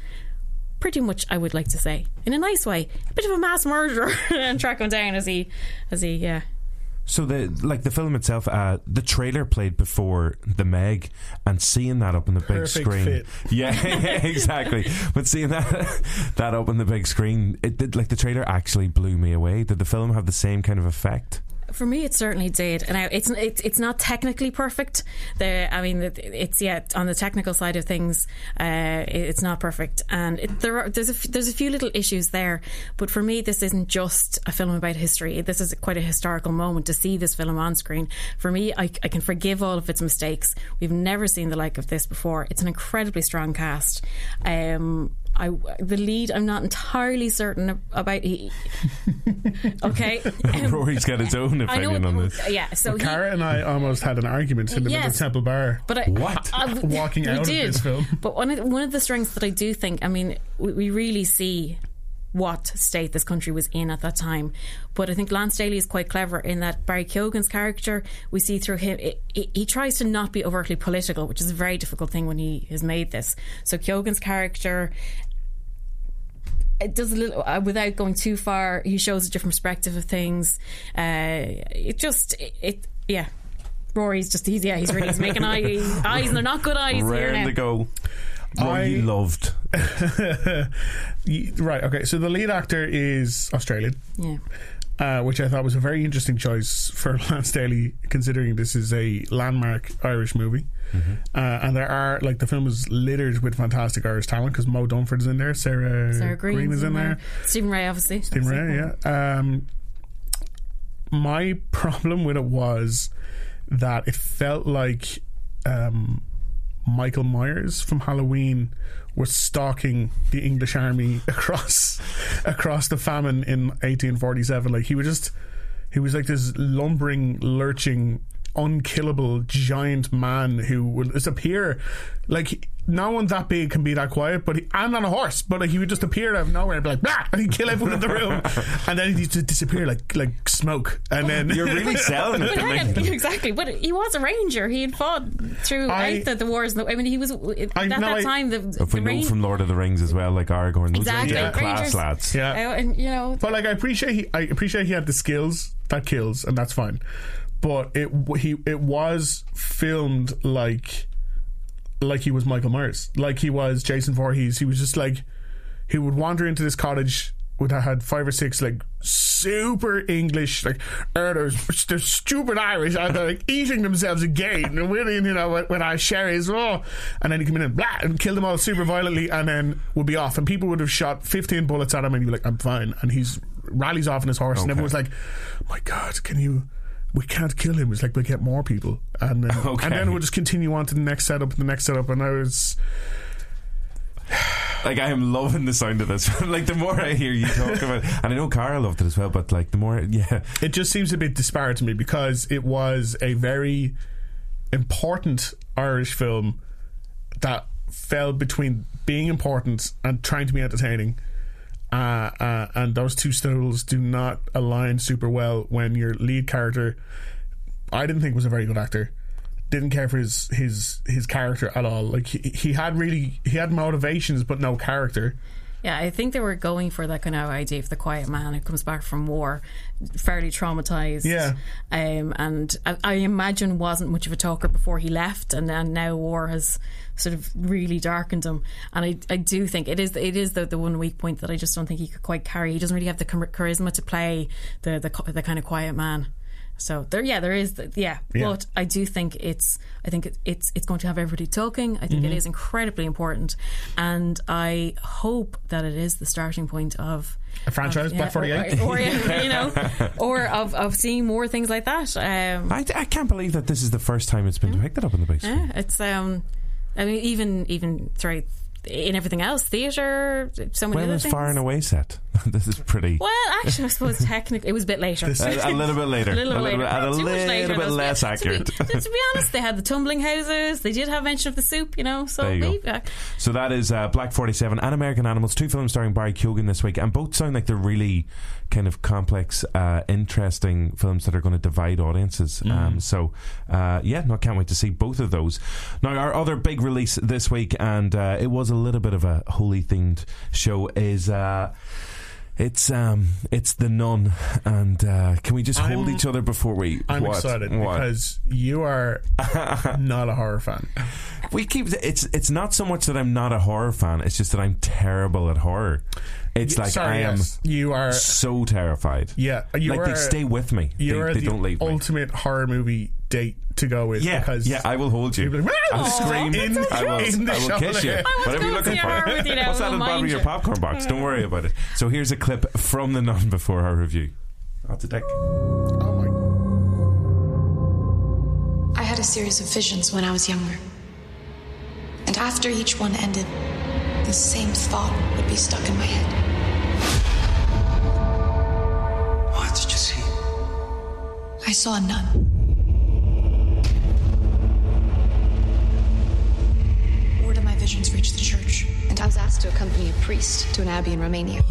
[SPEAKER 3] pretty much, I would like to say, in a nice way, a bit of a mass murderer (laughs) and track him down as he, as he, uh, yeah.
[SPEAKER 1] So the like the film itself, uh, the trailer played before the Meg, and seeing that up on the big
[SPEAKER 2] Perfect
[SPEAKER 1] screen,
[SPEAKER 2] fit.
[SPEAKER 1] (laughs) yeah, exactly. but seeing that (laughs) that up on the big screen, it did like the trailer actually blew me away. Did the film have the same kind of
[SPEAKER 3] (laughs)
[SPEAKER 1] effect?
[SPEAKER 3] For me, it certainly did, and I, it's it's it's not technically perfect. The I mean, it- it's yeah on the technical side of things, uh, it- it's not perfect, and it, there are there's a f- there's a few little issues there. But for me, this isn't just a film about history. This is quite a historical moment to see this film on screen. For me, I, I can forgive all of its mistakes. We've never seen the like of this before. It's an incredibly strong cast. Um, I the lead, I'm not entirely certain about. He, (laughs) okay.
[SPEAKER 1] Rory's got his own
[SPEAKER 3] I know
[SPEAKER 1] opinion on this.
[SPEAKER 3] Yeah, so
[SPEAKER 2] Well,
[SPEAKER 3] he-
[SPEAKER 2] Cara and I almost had an argument in the middle of
[SPEAKER 3] Yes.
[SPEAKER 2] Temple Bar.
[SPEAKER 3] But I, I- I-
[SPEAKER 2] (laughs) walking
[SPEAKER 3] we
[SPEAKER 2] out
[SPEAKER 3] did.
[SPEAKER 2] of this film?
[SPEAKER 3] But one of, one of the strengths that I do think, I mean, we, we really see what state this country was in at that time. But I think Lance Daly is quite clever in that Barry Keoghan's character, we see through him, i i he tries to not be overtly political, which is a very difficult thing when he has made this. So Keoghan's character it does a little uh, without going too far. He shows a different perspective of things. Uh, it just it, it yeah. Rory's just he's yeah he's really he's making eye, eyes and they're not good eyes here
[SPEAKER 1] Rare
[SPEAKER 3] now.
[SPEAKER 1] the goal.
[SPEAKER 2] I-
[SPEAKER 1] Rory loved.
[SPEAKER 2] You- right. Okay. So the lead actor is Australian.
[SPEAKER 3] Yeah.
[SPEAKER 2] Uh, which I thought was a very interesting choice for (laughs) Lance Daly, considering this is a landmark Irish movie. Uh, and there are, like, the film is littered with fantastic Irish talent because Mo Dunford's in there, Sarah,
[SPEAKER 3] Sarah Green,
[SPEAKER 2] Green is in there,
[SPEAKER 3] Stephen Ray obviously.
[SPEAKER 2] Tim Ray, yeah. Um, my (laughs) problem with it was that it felt like um, Michael Myers from Halloween was stalking the English army (laughs) across across the famine in 1847. Like he was just he was like this lumbering, lurching, unkillable giant man who would just appear like. No one that big can be that quiet, but he, and on a horse. But like he would just appear out of nowhere and be like, "Blah!" and he'd kill everyone in the room, and then he'd just disappear like like smoke. And then
[SPEAKER 1] You're really
[SPEAKER 3] (laughs)
[SPEAKER 1] selling it
[SPEAKER 3] But
[SPEAKER 1] to
[SPEAKER 3] hang
[SPEAKER 1] me.
[SPEAKER 3] on, exactly. But he was a ranger. He had fought throughout
[SPEAKER 2] I-
[SPEAKER 3] the, the wars. I mean, he was at
[SPEAKER 2] I-
[SPEAKER 3] that
[SPEAKER 2] no, I-
[SPEAKER 3] time. The,
[SPEAKER 1] If we
[SPEAKER 3] the
[SPEAKER 1] know
[SPEAKER 3] rain-
[SPEAKER 1] from Lord of the Rings as well, like Aragorn, those
[SPEAKER 3] Exactly,
[SPEAKER 1] are
[SPEAKER 3] Rangers.
[SPEAKER 1] class lads.
[SPEAKER 2] Yeah.
[SPEAKER 3] Oh, and you know,
[SPEAKER 2] But like, I appreciate he, I appreciate he had the skills that kills, and that's fine. But it w- he it was filmed like like he was Michael Myers, like he was Jason Voorhees. He was just like he would wander into this cottage would have had five or six like super English like er, there's there's stupid Irish out there like eating themselves again and winning you know with, with our sherries raw and then he come in and blah and kill them all super violently and then would be off and people would have shot 15 bullets at him and he'd be like I'm fine and he's rallies off on his horse and everyone's like my god can you we can't kill him it's like we get more people and then,
[SPEAKER 1] Okay.
[SPEAKER 2] and then we'll just continue on to the next setup the next setup and I was
[SPEAKER 1] Like I am loving the sound of this. (laughs) like the more I hear you talk about, and I know Cara loved it as well. But like the more, (laughs) yeah,
[SPEAKER 2] it just seems a bit disparate to me because it was a very important Irish film that fell between being important and trying to be entertaining. Uh, uh, and those two stools do not align super well when your lead character, I didn't think was a very good actor. Didn't care for his his his character at all. Like he, he had really he had motivations but no character.
[SPEAKER 3] Yeah, I think they were going for that kind of idea of the quiet man who comes back from war, fairly traumatized.
[SPEAKER 2] Yeah.
[SPEAKER 3] um, and I, I imagine wasn't much of a talker before he left, and then now war has sort of really darkened him. And I, I do think it is it is the, the one weak point that I just don't think he could quite carry. He doesn't really have the char- charisma to play the the, co- the kind of quiet man. So there, yeah, there is, the, yeah.
[SPEAKER 13] Yeah.
[SPEAKER 3] But I do think it's, I think it, it's, it's going to have everybody talking. I think it
[SPEAKER 13] Mhm.
[SPEAKER 3] is incredibly important, and I hope that it is the starting point of
[SPEAKER 2] A franchise,
[SPEAKER 3] of-
[SPEAKER 2] Black
[SPEAKER 3] Um, yeah,
[SPEAKER 2] 48.
[SPEAKER 3] or, or, you know,
[SPEAKER 1] (laughs)
[SPEAKER 3] or of, of seeing more things like that. Um,
[SPEAKER 1] I, I can't believe that this is the first time it's been picked up on the big screen.
[SPEAKER 3] yeah, it's um, I mean, even even throughout in everything else, theatre, so many
[SPEAKER 1] When
[SPEAKER 3] other
[SPEAKER 1] was
[SPEAKER 3] things.
[SPEAKER 1] Far and Away set? (laughs) this is pretty.
[SPEAKER 3] Well, actually, I suppose technically it was a bit later.
[SPEAKER 1] This is- A little bit later.
[SPEAKER 3] (laughs) a little,
[SPEAKER 1] A little
[SPEAKER 3] later.
[SPEAKER 1] bit- and a
[SPEAKER 3] Too much
[SPEAKER 1] little
[SPEAKER 3] later,
[SPEAKER 1] bit
[SPEAKER 3] it was-
[SPEAKER 1] less
[SPEAKER 3] to be- (laughs)
[SPEAKER 1] accurate.
[SPEAKER 3] To be, honest, they had the tumbling houses. They did have mention of the soup, you know. So
[SPEAKER 1] There you go.
[SPEAKER 3] maybe, uh,
[SPEAKER 1] So that is uh, Black 47 and American Animals, two films starring Barry Keoghan this week, and both sound like they're really kind of complex, uh, interesting films that are going to divide audiences.
[SPEAKER 2] Mm-hmm.
[SPEAKER 1] Um, so, uh, yeah, no, I can't wait to see both of those. Now, our other big release this week, and uh, it was a little bit of a holy themed show, is. Uh, it's um, it's the nun, and uh, can we just hold
[SPEAKER 2] I'm-
[SPEAKER 1] each other before we?
[SPEAKER 2] I'm
[SPEAKER 1] what?
[SPEAKER 2] excited
[SPEAKER 1] What?
[SPEAKER 2] because
[SPEAKER 1] (laughs)
[SPEAKER 2] you are not a horror fan.
[SPEAKER 1] We keep it's it's not so much that I'm not a horror fan. It's just that I'm terrible at horror. It's
[SPEAKER 2] Y-
[SPEAKER 1] like
[SPEAKER 2] sorry,
[SPEAKER 1] I am.
[SPEAKER 2] yes. You are-
[SPEAKER 1] so terrified.
[SPEAKER 2] Yeah, you
[SPEAKER 1] like
[SPEAKER 2] are-
[SPEAKER 1] they stay with me. They,
[SPEAKER 2] You're
[SPEAKER 1] they
[SPEAKER 2] the
[SPEAKER 1] don't leave me.
[SPEAKER 2] ultimate horror movie date to go with.
[SPEAKER 1] Yeah,
[SPEAKER 2] because
[SPEAKER 1] yeah, I will hold you.
[SPEAKER 2] People are like,
[SPEAKER 1] I'll
[SPEAKER 2] "Wow!"
[SPEAKER 1] scream.
[SPEAKER 2] In-
[SPEAKER 1] I
[SPEAKER 2] in
[SPEAKER 1] will,
[SPEAKER 2] the
[SPEAKER 1] I will kiss you.
[SPEAKER 2] shower.
[SPEAKER 1] Whatever you're looking for.
[SPEAKER 3] horror with you now,
[SPEAKER 1] What's that
[SPEAKER 3] we'll
[SPEAKER 1] in the bottom
[SPEAKER 3] mind
[SPEAKER 1] of your
[SPEAKER 3] you.
[SPEAKER 1] popcorn box? Don't worry about it. So here's a clip from The (laughs) Nun before our review. That's a dick.
[SPEAKER 13] I had a series of visions when I was younger. And after each one ended, the same thought would be stuck in my head.
[SPEAKER 16] What did you see?
[SPEAKER 13] I saw a nun. Word of my visions reached the church, and I was asked to accompany a priest to an abbey in Romania.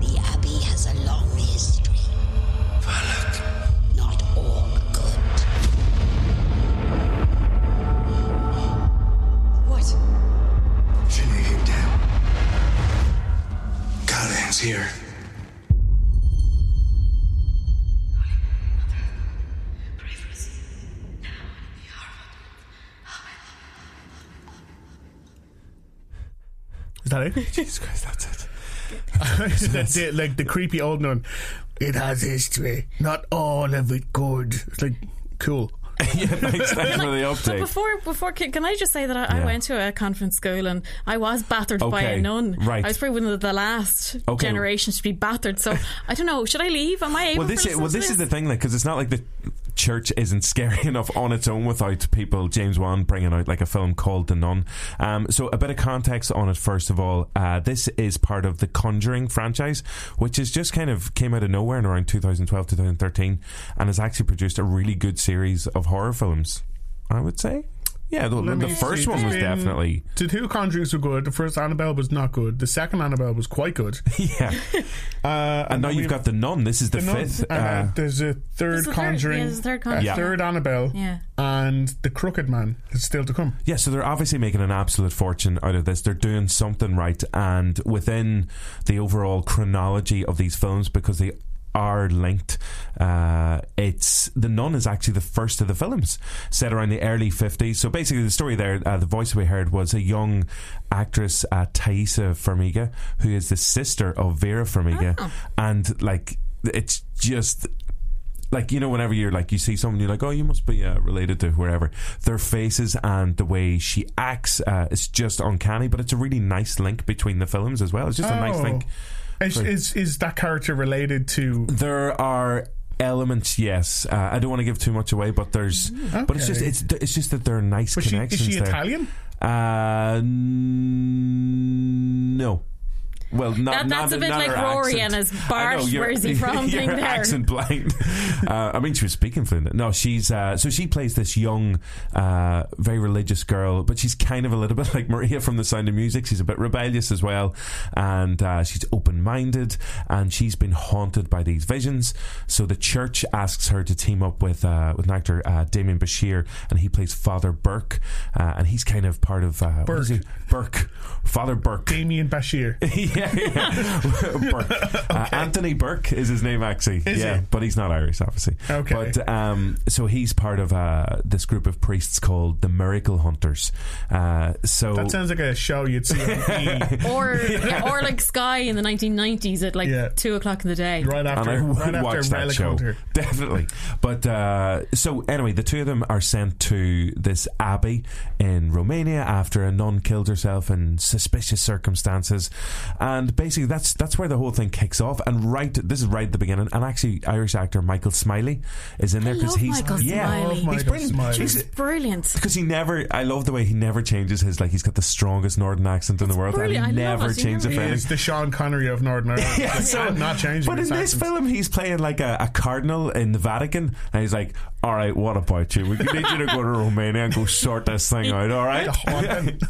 [SPEAKER 17] The Abbey has a long history. Valak. Not all good.
[SPEAKER 13] What?
[SPEAKER 11] Shinra came down. Karahan's here.
[SPEAKER 2] Is that it?
[SPEAKER 1] (laughs)
[SPEAKER 2] (laughs) Jesus Christ, that's it. the, the, like the creepy old nun. It has history. Not all of it good. It's like cool.
[SPEAKER 1] yeah, thanks, thanks for the
[SPEAKER 3] But
[SPEAKER 1] update.
[SPEAKER 3] before, before, can, can I just say that I,
[SPEAKER 1] Yeah.
[SPEAKER 3] I went to a conference school and I was battered by
[SPEAKER 1] Okay,
[SPEAKER 3] a nun.
[SPEAKER 1] right.
[SPEAKER 3] I was probably one of the last
[SPEAKER 1] Okay.
[SPEAKER 3] generations to be battered. So I don't know. Should I leave? Am I able?
[SPEAKER 1] Well, this
[SPEAKER 3] to
[SPEAKER 1] is, well,
[SPEAKER 3] listen
[SPEAKER 1] this
[SPEAKER 3] to
[SPEAKER 1] is the thing, like, because it's not like the church isn't scary (laughs) enough on its own without people. James Wan bringing out like a film called The Nun. Um, so a bit of context on it first of all. Uh, this is part of the Conjuring franchise, which is just kind of came out of nowhere in around 2012, 2013, and has actually produced a really good series of horror films. I would say, yeah, the,
[SPEAKER 2] Let
[SPEAKER 1] the
[SPEAKER 2] me
[SPEAKER 1] first
[SPEAKER 2] see.
[SPEAKER 1] one was
[SPEAKER 2] There's been-
[SPEAKER 1] definitely.
[SPEAKER 2] The two Conjurings were good. The first Annabelle was not good. The second Annabelle was quite good.
[SPEAKER 1] (laughs) yeah.
[SPEAKER 2] Uh,
[SPEAKER 1] And now you've
[SPEAKER 2] then we've-
[SPEAKER 1] got the nun. This is the,
[SPEAKER 2] The Nun,
[SPEAKER 1] fifth.
[SPEAKER 2] and, uh,
[SPEAKER 1] uh,
[SPEAKER 2] there's a
[SPEAKER 3] There's
[SPEAKER 2] third
[SPEAKER 3] a third-
[SPEAKER 2] Conjuring.
[SPEAKER 3] yeah, there's a third
[SPEAKER 2] a
[SPEAKER 3] Conjuring.
[SPEAKER 2] third Annabelle.
[SPEAKER 3] Yeah.
[SPEAKER 2] And the Crooked Man is still to come.
[SPEAKER 1] Yeah, so they're obviously making an absolute fortune out of this. They're doing something right, and within the overall chronology of these films, because they are linked, uh, it's the Nun is actually the first of the films set around the early fifties. So basically, the story there, uh, the voice we heard was a young actress, uh, Thaisa Farmiga, who is the sister of Vera Farmiga, and like it's just like you know whenever you're like you see someone you're like oh you must be uh, related to whoever their faces and the way she acts uh, it's just uncanny but it's a really nice link between the films as well it's just a nice
[SPEAKER 2] Oh.
[SPEAKER 1] link
[SPEAKER 2] Is,
[SPEAKER 1] Right.
[SPEAKER 2] is, is that character related to.
[SPEAKER 1] there are elements yes uh, I don't want to give too much away but there's but it's just
[SPEAKER 2] okay.
[SPEAKER 1] it's it's just that there are nice
[SPEAKER 2] Was she, is
[SPEAKER 1] connections
[SPEAKER 2] she
[SPEAKER 1] there.
[SPEAKER 2] Italian?
[SPEAKER 1] uh, n- no well, not, not
[SPEAKER 3] That- that's a bit
[SPEAKER 1] not
[SPEAKER 3] like
[SPEAKER 1] her
[SPEAKER 3] Rory
[SPEAKER 1] accent.
[SPEAKER 3] and his
[SPEAKER 1] I
[SPEAKER 3] Bart,
[SPEAKER 1] know, you're-
[SPEAKER 3] where
[SPEAKER 1] (laughs)
[SPEAKER 3] is he from
[SPEAKER 1] you're
[SPEAKER 3] thing there.
[SPEAKER 1] accent blind. Uh, I mean, she was speaking fluent. No, she's uh, so she plays this young, uh, very religious girl, but she's kind of a little (laughs) bit like Maria from The Sound of Music. She's a bit rebellious as well, and uh, she's open-minded, and she's been haunted by these visions. So the church asks her to team up with uh, with an actor, uh, Damien Bashir, and he plays Father Burke, uh, and he's kind of part of uh, what is
[SPEAKER 2] Burke.
[SPEAKER 1] he? Burke, Father Burke.
[SPEAKER 2] Damien Bashir.
[SPEAKER 1] (laughs) yeah, yeah.
[SPEAKER 2] (laughs)
[SPEAKER 1] Burke. Uh, Anthony Burke is his name, actually.
[SPEAKER 2] Is
[SPEAKER 1] yeah,
[SPEAKER 2] he?
[SPEAKER 1] but he's not Irish, obviously.
[SPEAKER 2] Okay.
[SPEAKER 1] But um, so he's part of uh, this group of priests called the Miracle Hunters. Uh, so
[SPEAKER 2] That sounds like a show
[SPEAKER 1] (laughs)
[SPEAKER 2] you'd see on E!
[SPEAKER 3] Or yeah, or like Sky in the 1990s at like
[SPEAKER 1] Yeah.
[SPEAKER 3] two o'clock in the day.
[SPEAKER 2] Right
[SPEAKER 1] (laughs) and
[SPEAKER 2] after,
[SPEAKER 1] I would
[SPEAKER 2] right after
[SPEAKER 1] watch that
[SPEAKER 2] Relic
[SPEAKER 1] show
[SPEAKER 2] Hunter.
[SPEAKER 1] (laughs) definitely. But uh, so anyway, the two of them are sent to this abbey in Romania after a nun killed herself in suspicious circumstances, and basically that's that's where the whole thing kicks off. And right, this is right at the beginning. And actually, Irish actor Michael Smiley is in there because
[SPEAKER 3] love
[SPEAKER 1] he's
[SPEAKER 3] Michael
[SPEAKER 1] yeah,
[SPEAKER 3] Smiley. I love
[SPEAKER 1] he's
[SPEAKER 3] Michael
[SPEAKER 1] brilliant.
[SPEAKER 3] She's brilliant.
[SPEAKER 1] Because he never very. I love the way he never changes his. Like he's got the strongest northern accent in the world,
[SPEAKER 2] Brilliant,
[SPEAKER 1] and
[SPEAKER 2] I
[SPEAKER 1] he
[SPEAKER 2] love
[SPEAKER 1] never
[SPEAKER 2] it, you
[SPEAKER 1] changes.
[SPEAKER 2] know.
[SPEAKER 1] if
[SPEAKER 2] He is
[SPEAKER 1] anything.
[SPEAKER 2] the Sean Connery of
[SPEAKER 1] (laughs)
[SPEAKER 2] Northern Ireland.
[SPEAKER 1] Yeah,
[SPEAKER 2] Like,
[SPEAKER 1] so-
[SPEAKER 2] I'm not changing.
[SPEAKER 1] But in
[SPEAKER 2] his
[SPEAKER 1] this
[SPEAKER 2] accent.
[SPEAKER 1] film, he's playing like a, a cardinal in the Vatican, and he's like, "All right, what about you? We need you to go to Romania and go sort this thing out. All
[SPEAKER 2] (laughs)
[SPEAKER 1] right, (laughs)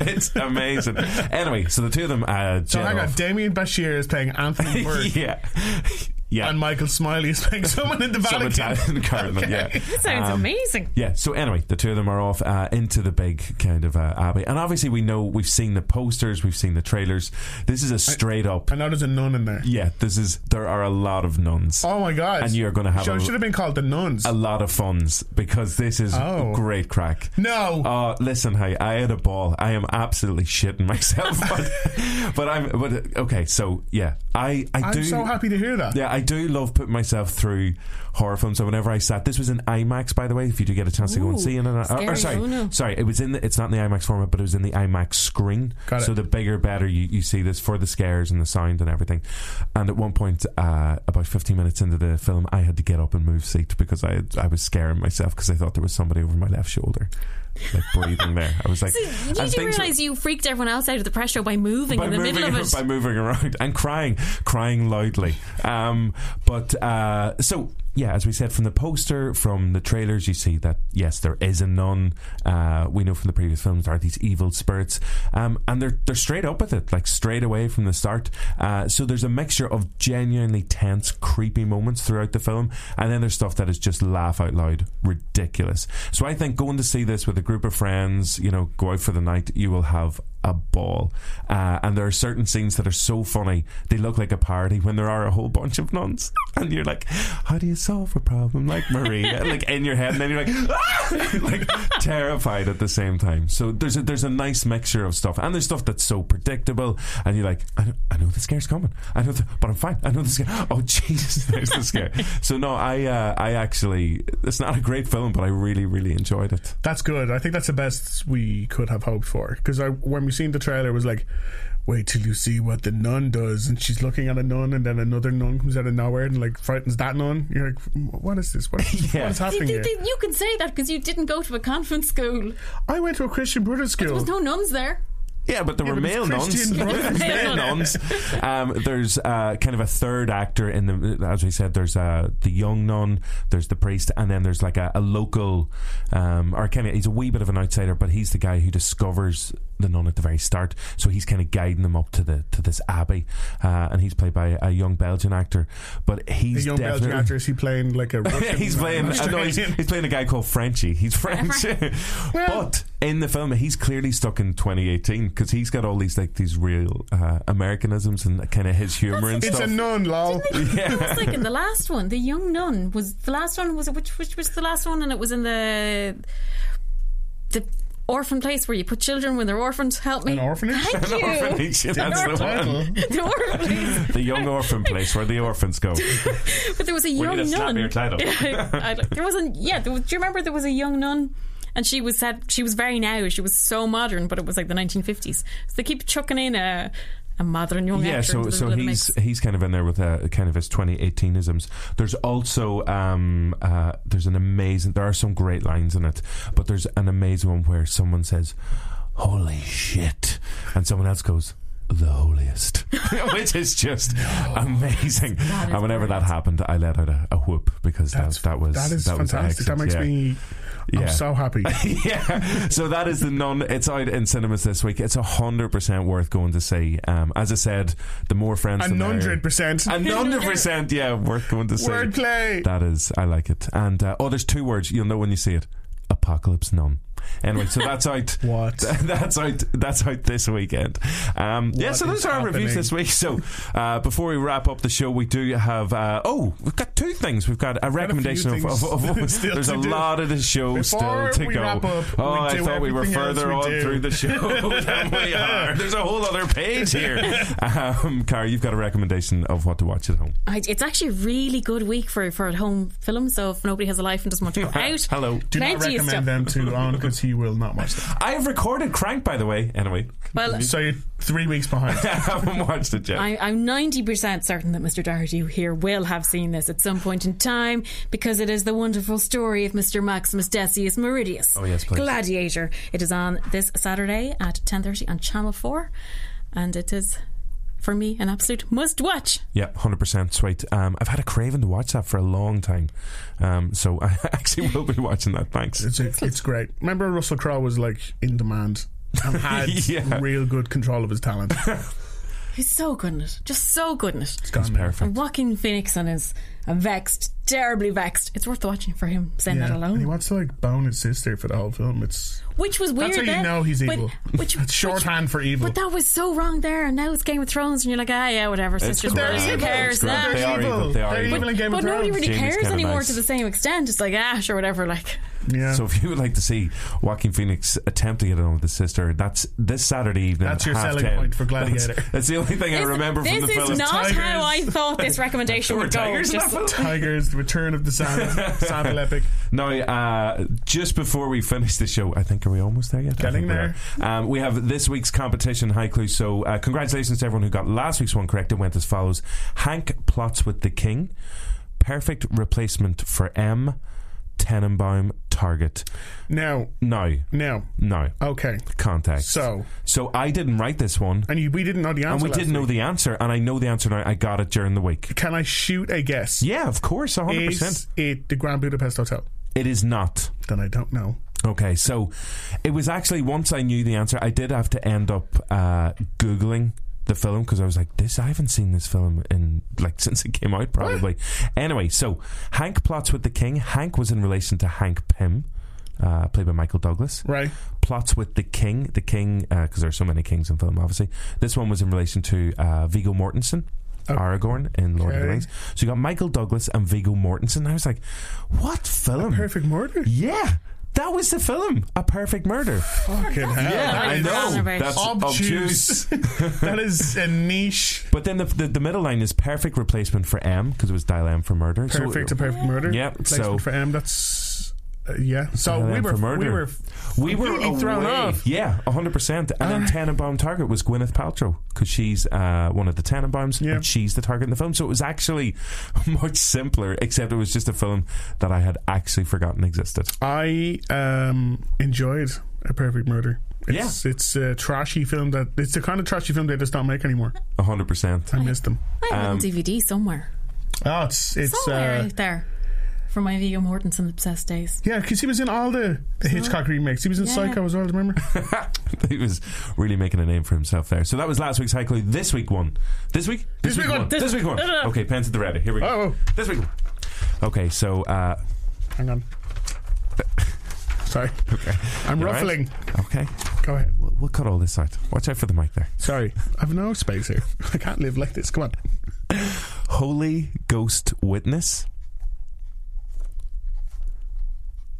[SPEAKER 1] it's amazing." Anyway, so the two of them. Uh,
[SPEAKER 2] so
[SPEAKER 1] jet
[SPEAKER 2] hang on,
[SPEAKER 1] off.
[SPEAKER 2] Damien Bashir is playing
[SPEAKER 1] (laughs)
[SPEAKER 2] Anthony (laughs) Bird.
[SPEAKER 1] yeah, yeah.
[SPEAKER 2] And Michael Smiley is playing someone in the
[SPEAKER 1] Some
[SPEAKER 2] Vatican.
[SPEAKER 1] Italian cardinal, yeah.
[SPEAKER 3] This sounds
[SPEAKER 1] Um,
[SPEAKER 3] amazing.
[SPEAKER 1] Yeah. So anyway, the two of them are off uh, into the big kind of uh, abbey, and obviously we know we've seen the posters, we've seen the trailers. This is a straight up.
[SPEAKER 2] I know there's a nun in there.
[SPEAKER 1] Yeah. This is there are a lot of nuns.
[SPEAKER 2] Oh my god!
[SPEAKER 1] And you're going to have
[SPEAKER 2] Show
[SPEAKER 1] a,
[SPEAKER 2] should have been called the nuns.
[SPEAKER 1] a lot of funds because this is
[SPEAKER 2] Oh.
[SPEAKER 1] great crack.
[SPEAKER 2] No.
[SPEAKER 1] Oh, listen, hey, I had a ball. I am absolutely shitting myself, (laughs) but, but I'm. But okay, so yeah, I I
[SPEAKER 2] I'm
[SPEAKER 1] do.
[SPEAKER 2] so happy to hear that.
[SPEAKER 1] Yeah, I do love putting myself through horror films. So whenever I sat, this was in IMAX, by the way. If you do get a chance to go and
[SPEAKER 2] Ooh,
[SPEAKER 1] see it, or, or,
[SPEAKER 2] scary.
[SPEAKER 1] sorry,
[SPEAKER 2] Oh, no.
[SPEAKER 1] sorry, it was in the. It's not in the IMAX format, but it was in the IMAX screen.
[SPEAKER 2] Got it.
[SPEAKER 1] So the bigger, better you, you see this for the scares and the sound and everything. And at one point, uh, about fifteen minutes into the film, I had to get up and move seat because I had, I was scaring myself because I thought there was somebody over my left shoulder, like breathing there. I was
[SPEAKER 2] (laughs)
[SPEAKER 1] like,
[SPEAKER 3] You
[SPEAKER 1] and
[SPEAKER 3] do
[SPEAKER 1] things were-
[SPEAKER 3] realise you freaked everyone else out of the pressure by moving in the
[SPEAKER 1] moving,
[SPEAKER 3] middle of
[SPEAKER 1] (laughs)
[SPEAKER 3] it.
[SPEAKER 1] by moving around and crying, crying loudly. Um, but uh, so yeah, as we said from the poster, from the trailers, you see that yes, there is a nun. Uh, we know from the previous films there are these evil spirits, um, and they're they're straight up with it, like straight away from the start. Uh, so there's a mixture of genuinely tense, creepy moments throughout the film, and then there's stuff that is just laugh out loud, ridiculous. So I think going to see this with a group of friends, you know, go out for the night, you will have a ball. Uh, and there are certain scenes that are so funny, they look like a parody when there are a whole bunch of nuns. And you're like, how do you solve a problem like Maria? like in your head, and then you're like, "Ah!" (laughs) like terrified at the same time. So there's a, there's a nice mixture of stuff. And there's stuff that's so predictable, and you're like, I, I know the scare's coming. I know, the, but I'm fine. I know the scare. Oh, (laughs) Jesus, there's the scare. so no, I, uh, I actually, it's not a great film, but I really, really enjoyed it.
[SPEAKER 2] That's good. I think that's the best we could have hoped for. Because I, when we seen the trailer, it was like, wait till you see what the nun does, and she's looking at a nun, and then another nun comes out of nowhere and like frightens that nun. You're like, what is this? What, what is
[SPEAKER 3] See,
[SPEAKER 2] happening
[SPEAKER 3] th-
[SPEAKER 2] here?
[SPEAKER 3] th- you can say that because you didn't go to a convent school.
[SPEAKER 2] I went to a Christian Brothers school.
[SPEAKER 3] There was no nuns there.
[SPEAKER 1] Yeah, but there
[SPEAKER 2] Yeah,
[SPEAKER 1] were
[SPEAKER 2] but it's
[SPEAKER 1] male nuns. (laughs)
[SPEAKER 2] Christian brothers.
[SPEAKER 1] male nuns. Um, there's uh, kind of a third actor in the. As we said, there's uh, the young nun, there's the priest, and then there's like a, a local, um, or kind of he's a wee bit of an outsider, but he's the guy who discovers the nun at the very start. So he's kind of guiding them up to the to this abbey, uh, and he's played by a young Belgian actor, but
[SPEAKER 2] The
[SPEAKER 1] he's
[SPEAKER 2] young
[SPEAKER 1] definitely.
[SPEAKER 2] Belgian actor, is he playing like a Russian?
[SPEAKER 1] he's playing.
[SPEAKER 2] Australian?
[SPEAKER 1] no, he's, he's playing a guy called Frenchie. He's
[SPEAKER 2] (laughs)
[SPEAKER 1] French, (laughs) but in the film, he's clearly stuck in 2018 because he's got all these like these real uh, Americanisms and kind of his humor and
[SPEAKER 2] It's
[SPEAKER 1] stuff.
[SPEAKER 2] a
[SPEAKER 1] (laughs)
[SPEAKER 2] nun, lol.
[SPEAKER 3] (laughs) It was like in the last one, the young nun was the last one. Was it which which was the last one? And it was in the the orphan place where you put children when they're orphans. Help me,
[SPEAKER 2] An orphanage?
[SPEAKER 3] Thank
[SPEAKER 1] An
[SPEAKER 3] you.
[SPEAKER 1] orphanage, yeah,
[SPEAKER 3] The
[SPEAKER 1] that's the
[SPEAKER 3] orphan-
[SPEAKER 1] one.
[SPEAKER 3] (laughs) the orphanage.
[SPEAKER 1] (laughs) the young orphan place where the orphans
[SPEAKER 3] (laughs)
[SPEAKER 1] go.
[SPEAKER 3] But there was a
[SPEAKER 1] We need
[SPEAKER 3] young
[SPEAKER 1] a slap
[SPEAKER 3] nun. (laughs)
[SPEAKER 1] in your title.
[SPEAKER 3] I don't- there wasn't. Yeah, there was, do you remember there was a young nun? And she was said she was very now. She was so modern, but it was like the 1950s. So they keep chucking in a a modern young
[SPEAKER 1] yeah,
[SPEAKER 3] actor
[SPEAKER 1] so
[SPEAKER 3] into the
[SPEAKER 1] so
[SPEAKER 3] little
[SPEAKER 1] he's
[SPEAKER 3] mix.
[SPEAKER 1] he's kind of in there with uh kind of his 2018isms. There's also um uh there's an amazing there are some great lines in it, but there's an amazing one where someone says, "Holy shit," and someone else goes. The holiest, (laughs) which is just amazing.
[SPEAKER 2] That is
[SPEAKER 1] and whenever that happened, I let out a, a whoop because that, that was
[SPEAKER 2] That is
[SPEAKER 1] was
[SPEAKER 2] fantastic.
[SPEAKER 1] excellent,
[SPEAKER 2] that makes
[SPEAKER 1] yeah.
[SPEAKER 2] me.
[SPEAKER 1] Yeah.
[SPEAKER 2] I'm so happy.
[SPEAKER 1] (laughs) yeah. So that is the non. It's out in cinemas this week. It's hundred percent worth going to see. Um, as I said, the more friends, the
[SPEAKER 2] And
[SPEAKER 1] merrier.
[SPEAKER 2] hundred percent.
[SPEAKER 1] And hundred percent, yeah, worth going to see.
[SPEAKER 2] Wordplay.
[SPEAKER 1] That is, I like it. And uh, oh, there's two words you'll know when you see it: apocalypse nun. Anyway, so that's out.
[SPEAKER 2] (laughs) what?
[SPEAKER 1] (laughs) That's out. That's out this weekend. Um, yeah,
[SPEAKER 2] What
[SPEAKER 1] so those
[SPEAKER 2] is
[SPEAKER 1] are our reviews
[SPEAKER 2] happening?
[SPEAKER 1] this week. So uh, before we wrap up the show, we do have uh, oh, we've got two things. We've got a recommendation of,
[SPEAKER 2] things
[SPEAKER 1] of, of, of-
[SPEAKER 2] (laughs) still
[SPEAKER 1] there's
[SPEAKER 2] to
[SPEAKER 1] a
[SPEAKER 2] do.
[SPEAKER 1] lot of the show still
[SPEAKER 2] Before
[SPEAKER 1] to
[SPEAKER 2] we
[SPEAKER 1] go.
[SPEAKER 2] wrap up,
[SPEAKER 1] oh,
[SPEAKER 2] we
[SPEAKER 1] I
[SPEAKER 2] do
[SPEAKER 1] thought we were
[SPEAKER 2] everything
[SPEAKER 1] further
[SPEAKER 2] else
[SPEAKER 1] on
[SPEAKER 2] we do.
[SPEAKER 1] through the
[SPEAKER 2] (laughs)
[SPEAKER 1] show (laughs) than we are. There's a whole other page here. Um, Cara, you've got a recommendation of what to watch at home.
[SPEAKER 3] I, it's actually a really good week for for at home films. So if nobody has a life and doesn't want to go out,
[SPEAKER 1] Hello.
[SPEAKER 2] Do not
[SPEAKER 3] Plenty of
[SPEAKER 2] recommend
[SPEAKER 3] stuff.
[SPEAKER 2] them too long because because he will not watch that.
[SPEAKER 1] I have recorded Crank, by the way. Anyway, (laughs)
[SPEAKER 3] Well-
[SPEAKER 2] so you're three weeks behind.
[SPEAKER 1] I haven't watched it yet.
[SPEAKER 3] I, I'm 90% certain that Mr. Doherty here will have seen this at some point in time because it is the wonderful story of Mr. Maximus Decius Meridius.
[SPEAKER 1] Oh, yes, please.
[SPEAKER 3] Gladiator. It is on this Saturday at 10.30 on Channel 4 and it is, for me, an absolute must-watch.
[SPEAKER 1] Yeah, hundred percent right. Um, I've had a craving to watch that for a long time, um, so (laughs) I actually will be watching that. Thanks.
[SPEAKER 2] It's, it's great. Remember, Russell Crowe was like in demand
[SPEAKER 1] (laughs)
[SPEAKER 2] and had
[SPEAKER 1] Yeah.
[SPEAKER 2] real good control of
[SPEAKER 1] (laughs)
[SPEAKER 2] his talent.
[SPEAKER 3] He's so good in it. Just so good in it. It's
[SPEAKER 2] gone He's now. perfect.
[SPEAKER 3] A walking phoenix and is I'm vexed, terribly vexed. It's worth watching for him saying that alone.
[SPEAKER 2] And he wants to like bone his sister for the whole film. It's
[SPEAKER 3] Which was weird.
[SPEAKER 2] That's how you
[SPEAKER 3] then,
[SPEAKER 2] know he's
[SPEAKER 3] but-
[SPEAKER 2] evil.
[SPEAKER 3] Which,
[SPEAKER 2] It's shorthand for evil.
[SPEAKER 3] But that was so wrong there, and now it's Game of Thrones, and you're like, ah, yeah, whatever.
[SPEAKER 2] It's
[SPEAKER 3] Sisters,
[SPEAKER 2] grand.
[SPEAKER 3] who
[SPEAKER 2] It's
[SPEAKER 3] cares?
[SPEAKER 2] grand.
[SPEAKER 3] nah.
[SPEAKER 2] They are evil. They are They're evil. evil in
[SPEAKER 3] But,
[SPEAKER 2] Game of
[SPEAKER 3] but nobody
[SPEAKER 2] Thrones.
[SPEAKER 3] really
[SPEAKER 1] Jamie's
[SPEAKER 3] cares
[SPEAKER 1] kinda
[SPEAKER 3] anymore
[SPEAKER 1] nice.
[SPEAKER 3] to the same extent. It's like, ah, sure, whatever. Like,
[SPEAKER 2] Yeah.
[SPEAKER 1] So if you would like to see Joaquin Phoenix attempt to get on with his sister, that's this Saturday evening.
[SPEAKER 2] That's
[SPEAKER 1] at
[SPEAKER 2] your
[SPEAKER 1] half
[SPEAKER 2] selling
[SPEAKER 1] 10.
[SPEAKER 2] point
[SPEAKER 1] (laughs)
[SPEAKER 2] for
[SPEAKER 1] That's-
[SPEAKER 2] Gladiator.
[SPEAKER 1] That's, the only thing I remember
[SPEAKER 3] this
[SPEAKER 1] from the
[SPEAKER 3] is
[SPEAKER 1] film.
[SPEAKER 3] not how I thought
[SPEAKER 2] (laughs)
[SPEAKER 3] this recommendation
[SPEAKER 1] There were
[SPEAKER 3] would go.
[SPEAKER 1] tigers in
[SPEAKER 3] (laughs) Just-
[SPEAKER 1] that (laughs) film.
[SPEAKER 2] Tigers, the Return of the
[SPEAKER 1] (laughs)
[SPEAKER 2] Sand, Sand Epic.
[SPEAKER 1] Now, uh, just before we finish the show, I think are we almost there yet? I think
[SPEAKER 2] Getting
[SPEAKER 1] we
[SPEAKER 2] there.
[SPEAKER 1] are. Um, we have this week's competition high clue. So, uh, congratulations to everyone who got last week's one correct. It went as follows: Hank plots with the king. Perfect replacement for M. Tenenbaum target.
[SPEAKER 2] Now,
[SPEAKER 1] No,
[SPEAKER 2] now,
[SPEAKER 1] no.
[SPEAKER 2] okay.
[SPEAKER 1] Context.
[SPEAKER 2] So,
[SPEAKER 1] So I didn't write this one,
[SPEAKER 2] and you, we didn't know the answer.
[SPEAKER 1] and we
[SPEAKER 2] last
[SPEAKER 1] didn't know
[SPEAKER 2] week.
[SPEAKER 1] the answer, and I know the answer now. I got it during the week.
[SPEAKER 2] Can I shoot a guess?
[SPEAKER 1] Yeah, of course, hundred percent.
[SPEAKER 2] Is it the Grand Budapest Hotel?
[SPEAKER 1] It is not.
[SPEAKER 2] Then I don't know.
[SPEAKER 1] Okay, so it was actually once I knew the answer, I did have to end up uh, googling the film because I was like, "This I haven't seen this film in like (laughs) since it came out, probably." Anyway, so Hank plots with the king. Hank was in relation to Hank Pym, uh, played by Michael Douglas.
[SPEAKER 2] Right.
[SPEAKER 1] Plots with the king. The king, because there are so many kings in film, obviously. This one was in relation to uh, Vigo Mortensen. Aragorn in Lord of the
[SPEAKER 2] Oh. Okay.
[SPEAKER 1] Rings. So you got Michael Douglas and Vigo Mortensen. I was like, what film?
[SPEAKER 2] Perfect Murder.
[SPEAKER 1] Yeah. That was the film, A Perfect Murder.
[SPEAKER 2] Fucking hell.
[SPEAKER 1] Yeah,
[SPEAKER 2] that
[SPEAKER 1] Oh, I
[SPEAKER 2] is
[SPEAKER 1] know. That's obtuse.
[SPEAKER 2] (laughs) that is a niche.
[SPEAKER 1] But then the, the the middle line is perfect replacement for M because it was dial M for murder. So-
[SPEAKER 2] Perfect to perfect murder.
[SPEAKER 1] Yeah,
[SPEAKER 2] Placement
[SPEAKER 1] so-
[SPEAKER 2] for M. That's uh, yeah. So
[SPEAKER 1] Dial
[SPEAKER 2] we
[SPEAKER 1] M
[SPEAKER 2] were
[SPEAKER 1] for murder.
[SPEAKER 2] we were
[SPEAKER 1] we were
[SPEAKER 2] completely thrown
[SPEAKER 1] away.
[SPEAKER 2] off.
[SPEAKER 1] Yeah, hundred percent. And then Tenenbaum target was Gwyneth Paltrow because she's uh, one of the Tenenbaums
[SPEAKER 2] Yeah.
[SPEAKER 1] and she's the target in the film. So it was actually (laughs) much simpler, except it was just a film that I had actually forgotten existed.
[SPEAKER 2] I um, enjoyed a perfect murder. It's, it's a trashy film that it's the kind of trashy film they just don't make anymore.
[SPEAKER 1] hundred percent.
[SPEAKER 2] I missed them.
[SPEAKER 3] I
[SPEAKER 1] Um,
[SPEAKER 3] have it on DVD somewhere.
[SPEAKER 2] Oh, it's it's
[SPEAKER 3] somewhere
[SPEAKER 2] uh,
[SPEAKER 3] out there. From my Viggo Mortensen obsessed days.
[SPEAKER 2] yeah, because he was in all the Hitchcock remakes. He was in
[SPEAKER 3] Yeah.
[SPEAKER 2] Psycho as well. Remember?
[SPEAKER 1] (laughs) he was really making a name for himself there. So that was last week's high clue. This week one. This week.
[SPEAKER 2] This week one.
[SPEAKER 1] This,
[SPEAKER 2] This- (laughs)
[SPEAKER 1] week one. Okay, pens at the ready. Here we go.
[SPEAKER 2] (laughs) Oh.
[SPEAKER 1] This week. one. Okay, so uh,
[SPEAKER 2] Hang on. (laughs) Sorry,
[SPEAKER 1] okay,
[SPEAKER 2] I'm
[SPEAKER 1] You all right?
[SPEAKER 2] ruffling.
[SPEAKER 1] Okay,
[SPEAKER 2] Go ahead.
[SPEAKER 1] we'll, we'll cut all this out. Watch out for the mic there.
[SPEAKER 2] Sorry, I've no space here. (laughs) I can't live like this. Come on.
[SPEAKER 1] Holy Ghost Witness.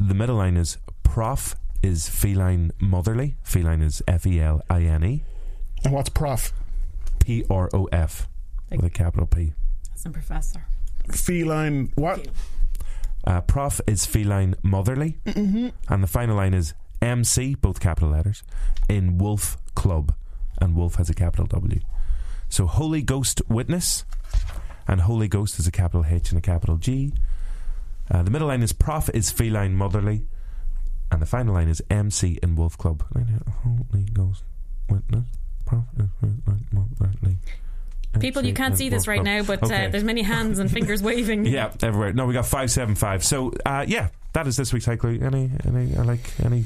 [SPEAKER 1] The middle line is Prof is feline motherly. Feline is F E L I N E.
[SPEAKER 2] And Oh, what's Prof?
[SPEAKER 1] P R O F with a capital P.
[SPEAKER 3] As a professor.
[SPEAKER 2] Feline. What?
[SPEAKER 1] Uh, prof is feline motherly. And the final line is MC, both capital letters, in Wolf Club. And Wolf has a capital W. So Holy Ghost Witness. And Holy Ghost is a capital H and a capital G. Uh, the middle line is Prof is feline motherly. And the final line is MC in Wolf Club. Holy Ghost Witness. Prof is feline motherly.
[SPEAKER 3] People,
[SPEAKER 1] MC
[SPEAKER 3] you
[SPEAKER 1] in
[SPEAKER 3] can't see
[SPEAKER 1] Wolf
[SPEAKER 3] this right
[SPEAKER 1] Club.
[SPEAKER 3] now, but
[SPEAKER 1] Okay.
[SPEAKER 3] uh, there's many hands and fingers waving.
[SPEAKER 1] (laughs)
[SPEAKER 2] Mm-hmm.
[SPEAKER 1] Yeah, everywhere. No, we got five seven five. So uh, yeah, that is this week's high clue. Any any I like any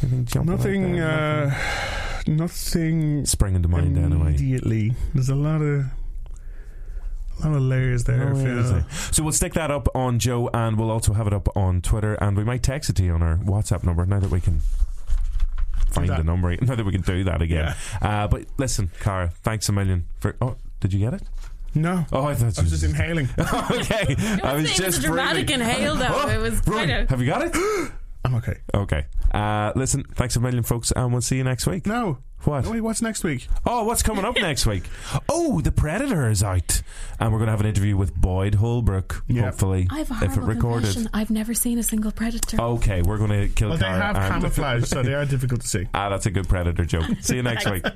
[SPEAKER 1] anything jumping out
[SPEAKER 2] Nothing.
[SPEAKER 1] there?
[SPEAKER 2] Uh, nothing.
[SPEAKER 1] spring into mind anyway.
[SPEAKER 2] Immediately, there's a lot of, a lot of layers there.
[SPEAKER 1] No,
[SPEAKER 2] Phil.
[SPEAKER 1] is it? Oh, So we'll stick that up on Joe, and we'll also have it up on Twitter, and we might text it to you on our WhatsApp number now that we can find
[SPEAKER 2] that.
[SPEAKER 1] the number. (laughs) Now that we can do that again. Uh, but listen, Cara, thanks a million for. Oh, did you get it?
[SPEAKER 2] No,
[SPEAKER 1] Oh, I thought
[SPEAKER 2] I
[SPEAKER 1] you
[SPEAKER 2] was
[SPEAKER 1] (laughs)
[SPEAKER 2] just inhaling.
[SPEAKER 1] okay, I was
[SPEAKER 3] It was
[SPEAKER 1] just
[SPEAKER 3] a dramatic
[SPEAKER 1] breathing.
[SPEAKER 3] inhale, though.
[SPEAKER 1] (laughs) Oh,
[SPEAKER 3] it was
[SPEAKER 1] Rory,
[SPEAKER 3] kind of.
[SPEAKER 1] have you got it?
[SPEAKER 2] I'm okay.
[SPEAKER 1] Okay. Uh, listen, thanks a million, folks, and we'll see you next week.
[SPEAKER 2] No.
[SPEAKER 1] What?
[SPEAKER 2] Wait, what's next week?
[SPEAKER 1] Oh, what's coming up next week? Oh, The Predator is out. And we're going to have an interview with Boyd Holbrook, hopefully,
[SPEAKER 3] I have a
[SPEAKER 1] if it
[SPEAKER 3] horrible
[SPEAKER 1] recorded.
[SPEAKER 3] confession. I've never seen a single predator.
[SPEAKER 1] Okay, we're going to kill
[SPEAKER 2] Well, they
[SPEAKER 1] Cara
[SPEAKER 2] have
[SPEAKER 1] and- (laughs)
[SPEAKER 2] camouflage, so they are difficult to see. (laughs)
[SPEAKER 1] Ah, that's a good Predator joke. See you next week.